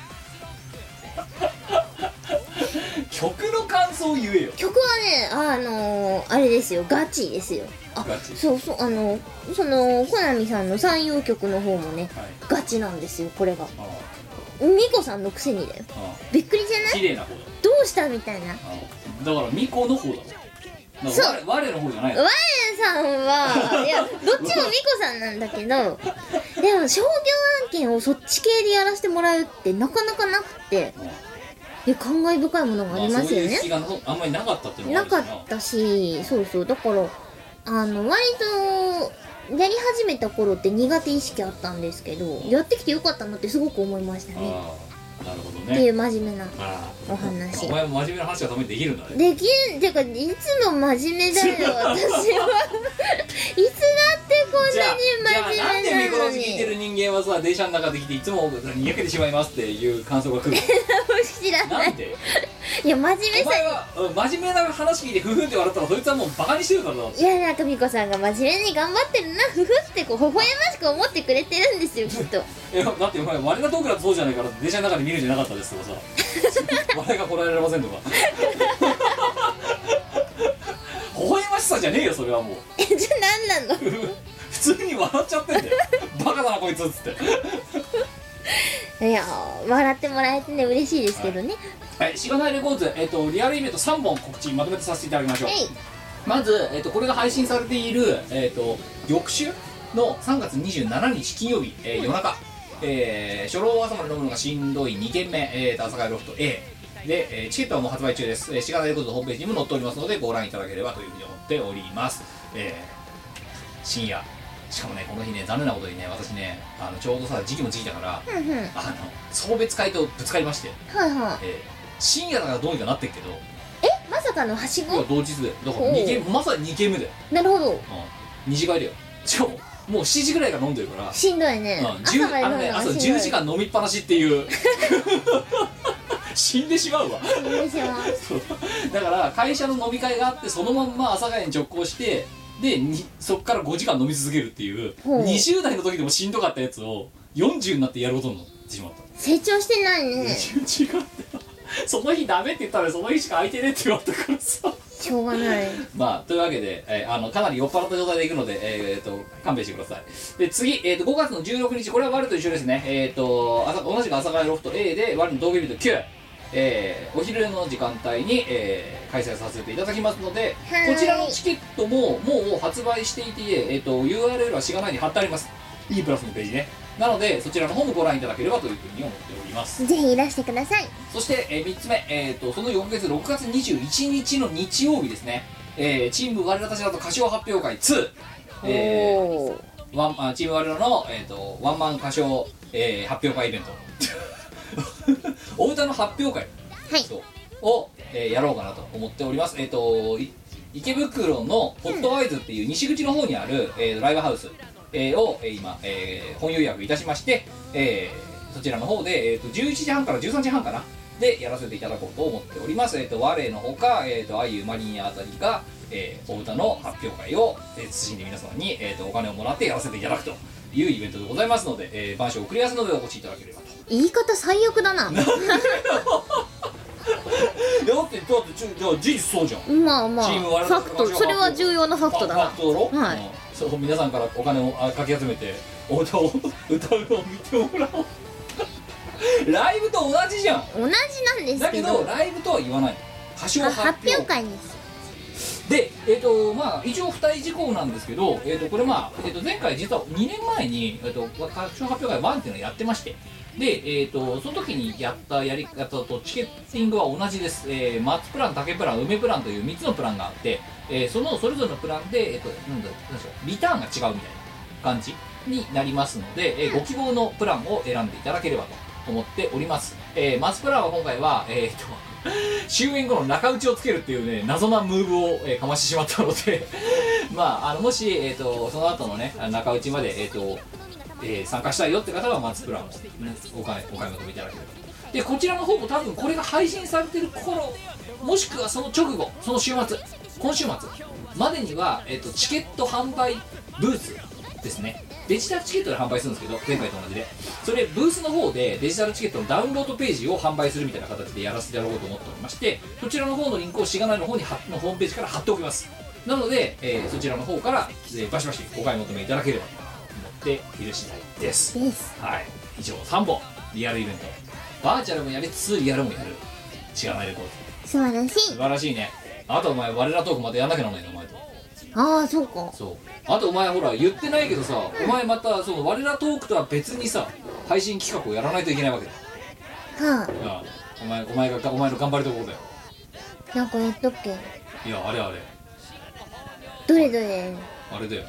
S3: 曲の感想を言えよ
S1: た曲はねあのあれですよガチですよあ
S3: ガチ
S1: そうそうあのそのコナミさんの三洋曲の方もね
S3: はい
S1: ガチなんですよこれが
S3: ああ
S1: ミコさんのくせにだよ
S3: あ
S1: びっくりじゃな
S3: あ綺
S1: い
S3: 麗な方だ
S1: どうしたみたいな
S3: あのだからミコの方だもんだから
S1: そう
S3: 我我の方じゃないの
S1: 我さんはいやどっちもミコさんなんだけどでも商業案件をそっち系でやらせてもらうってなかなかなくて
S3: うん
S1: いや感慨深いものがあり
S3: ま
S1: ま
S3: あそう
S1: す
S3: い
S1: よ
S3: う
S1: ね
S3: 隙がのあんまりなかったっていうのが
S1: なかったしそうそうだからあの割とやり始めた頃って苦手意識あったんですけどやってきてよかったなってすごく思いましたね
S3: ああなるほど
S1: ってい
S3: ね
S1: う真面目な
S3: あ
S1: お
S3: あ
S1: 話
S3: お前も真面目な話がためにできるんだね
S1: できるっていうかいつも真面目だよ私はいつだってこ
S3: じゃあ
S1: ん
S3: じゃ
S1: な
S3: あ
S1: に
S3: な
S1: 真
S3: んでミ
S1: 面目
S3: コ
S1: なの
S3: の聞いてる
S1: に
S3: 人間はさ電車の中で来ていつもにやけてしまいますっていう感想が来る
S1: 知らな
S3: ないんで
S1: いや真面目
S3: お
S1: さ
S3: 前はうん真面目な話聞いてふふんって笑ったらそいつはもうバカにしてるからだって
S1: いやなんかみこさんが真面目に頑張ってるなふふってこう微笑ましく思ってくれてるんですよきっと
S3: いやだってお前我がトークだとそうじゃないから電車の中で見るんじゃなかったですとかさ我がこらえられませんとか 微笑ましさじゃねえよそれはもう
S1: えじゃあ何なの
S3: 普通に笑っちゃってんだよバカだなこいつっつって
S1: いや笑ってもらえてね嬉しいですけどね、
S3: はいしがないレコーズ、えっとリアルイベント3本告知まとめてさせていただきましょう
S1: えい
S3: まず、えっとこれが配信されている、えっと翌週の3月27日金曜日、えー夜中、えー初老朝まで飲むのがしんどい2軒目、えー、と朝会ロフト A で、えーチケットはもう発売中です、えー、しがないレコーズのホームページにも載っておりますのでご覧いただければというふうに思っております、えー深夜しかもねこの日ね残念なことにね私ねあのちょうどさ時期も時期だから
S1: ふんふんはい
S3: あの送別会とぶつかりまして
S1: は
S3: えー深夜だからどうにかなってるけど
S1: いえまさかのはし
S3: 今
S1: ご
S3: 日同日でだか
S1: お
S3: ら
S1: う
S3: 2軒まさに2軒目だよ、
S1: なるほど
S3: うん、2時間だよしかももう7時ぐらいから飲んでるから、
S1: しんどいね、
S3: うん、
S1: 朝
S3: 10
S1: まで
S3: あの
S1: 飲む
S3: ね
S1: の
S3: 朝
S1: がしんどい
S3: 10時間飲みっぱなしっていう 死んでしまうわ
S1: 失礼します
S3: そうだから会社の飲み会があってそのまんま朝佐ヶ谷に直行してでにそっから5時間飲み続けるっていう
S1: ほう
S3: 20代の時でもしんどかったやつを40になってやることになってしまった
S1: 成長してない ね
S3: 違ったその日ダメって言ったらその日しか空いてねって言われたからさ
S1: しょうがない
S3: まあというわけで、えーあのかなり酔っ払った状態で行くので、えー、と勘弁してくださいで次、えー、と5月の16日これは我と一緒ですねえっ、と朝同じく朝会ロフト A で我の同居日と9えーお昼の時間帯に、えー開催させていただきますので
S1: はい
S3: こちらのチケットももう発売していて、えー、と URL はしがないに貼ってあります E プラスのページねなのでそちらの方もご覧いただければというふうに思っております
S1: ぜひいらしてください
S3: そして、え3つ目、えー、とその翌月6月21日の日曜日ですね、えーチーム我らたちだと歌唱発表会2、えー
S1: おー
S3: ワンあチーム我らの、えー、とワンマン歌唱、えー発表会イベント お歌の発表会
S1: はい
S3: そうを、えーやろうかなと思っておりますえっ、とい池袋のホットアイズっていう西口の方にある、えーライブハウス、えーをえー今、えー本予約いたしまして、えーそちらの方で、えー、と11時半から13時半かなでやらせていただこうと思っておりますえっ、と我のほか、えー、とあゆマリンアあたりが、えーお歌の発表会を謹、えー、謹んで皆様に、えー、とお金をもらってやらせていただくというイベントでございますので、えー、晩鐘を繰り合わせの上お越しいただければと
S1: 言い方最悪だな
S3: いやだってだってちょじゃあ事実そうじゃん
S1: まあまあ
S3: チー
S1: フ
S3: ム我々の
S1: ァクトそれは重要なファクトだ
S3: あ
S1: な
S3: ファクトだろ
S1: はい
S3: うんそう皆さんからお金をあかき集めてお歌を 歌うのを見てもらおう ライブと同じじゃん
S1: 同じなんです
S3: だ
S1: け
S3: け
S1: ど
S3: どライブとは言わない歌唱
S1: あ
S3: 発
S1: 発
S3: 表
S1: 表会です
S3: でえっ、とまあ一応付帯事項なんですけど、えっとこれまあ、えっと前回実は2年前に、えっと歌唱発表会1っていうのをやってましてで、えっとその時にやったやり方とチケッティングは同じです、えー、松プラン竹プラン梅プランという3つのプランがあって、えーそのそれぞれのプランで、えっとなんだなんでしょうリターンが違うみたいな感じになりますので、えーご希望のプランを選んでいただければと思っております、えー、松プランは今回は、えっと終演後の中打ちをつけるっていうね謎なムーブを、えーかましてしまったので まああのもし、えー、とその後のねあの中打ちまで、えーとえー参加したいよって方はマツプランを、ね、お買いお買い求めいただければとでこちらの方も多分これが配信されてる頃もしくはその直後その週末今週末までには、えー、とチケット販売ブースですねデジタルチケットで販売するんですけど前回と同じでそれブースの方でデジタルチケットのダウンロードページを販売するみたいな形でやらせてやろうと思っておりましてそちらの方のリンクをしがないの方に貼っのホームページから貼っておきますなので、えーそちらの方から、えーバシバシお買い求めいただければと思っている次第です
S1: です
S3: はい以上3本リアルイベントバーチャルもやりつつリアルもやるしがないレコード
S1: 素晴らし
S3: 素
S1: い
S3: 晴らしいねあとお前我らトークまたやんなきゃならないのお前と
S1: ああそうか
S3: そうあとお前ほら言ってないけどさお前またその我らトークとは別にさ配信企画をやらないといけないわけだ
S1: はい
S3: やお前お前がお前の頑張りところだよ
S1: あなんかやったっけ
S3: いやあれあれ
S1: どれどれ
S3: あれだよ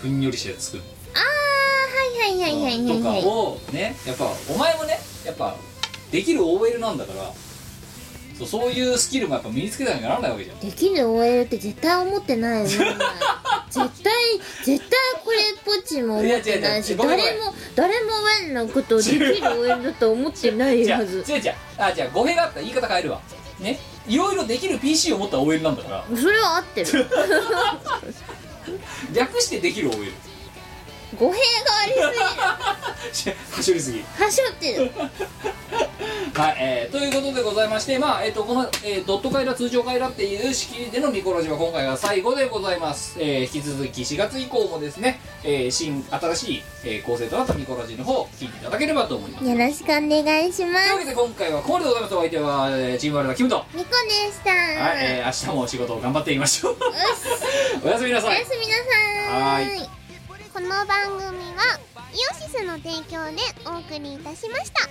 S3: ふんよりして作る
S1: ああはいはいはいはいは
S3: と
S1: い
S3: か
S1: はい
S3: をねやっぱお前もねやっぱできる OL なんだからそうそういうスキルもやっぱ身につけたきゃならないわけじゃん
S1: できる OL って絶対思ってないよね 絶対絶対これっぽっちも思ってない
S3: い
S1: し
S3: や違う違う
S1: 誰
S3: 違う
S1: も誰もウェンのことをできる OL だと思ってない
S3: じゃあ
S1: は
S3: 違う
S1: ず
S3: 違うあじゃあ語弊があった言い方変えるわねいろいろできる PC を持った OL なんだから
S1: それは合ってる
S3: 略してできる OL
S1: 語弊がありすぎる
S3: はしょりすぎ
S1: はしょってる
S3: はい、えーということでございましてまあえっ、とこの、えードット会ら通常会らっていう仕切りでのミコラジは今回が最後でございます、えー引き続き4月以降もですね、えー新新しい、えー構成となったミコラジの方聞いていただければと思います
S1: よろしくお願いしま
S3: というわけ
S1: す
S3: で今回はここまでございますお相手は、えーチームワールドキムとはい、
S1: みこでした、
S3: えー明日もお仕事を頑張っていきましょう おやすみな
S1: お
S3: さい
S1: やすみなさーい
S3: は
S4: この番組はイオシスの提供でお送りいたしました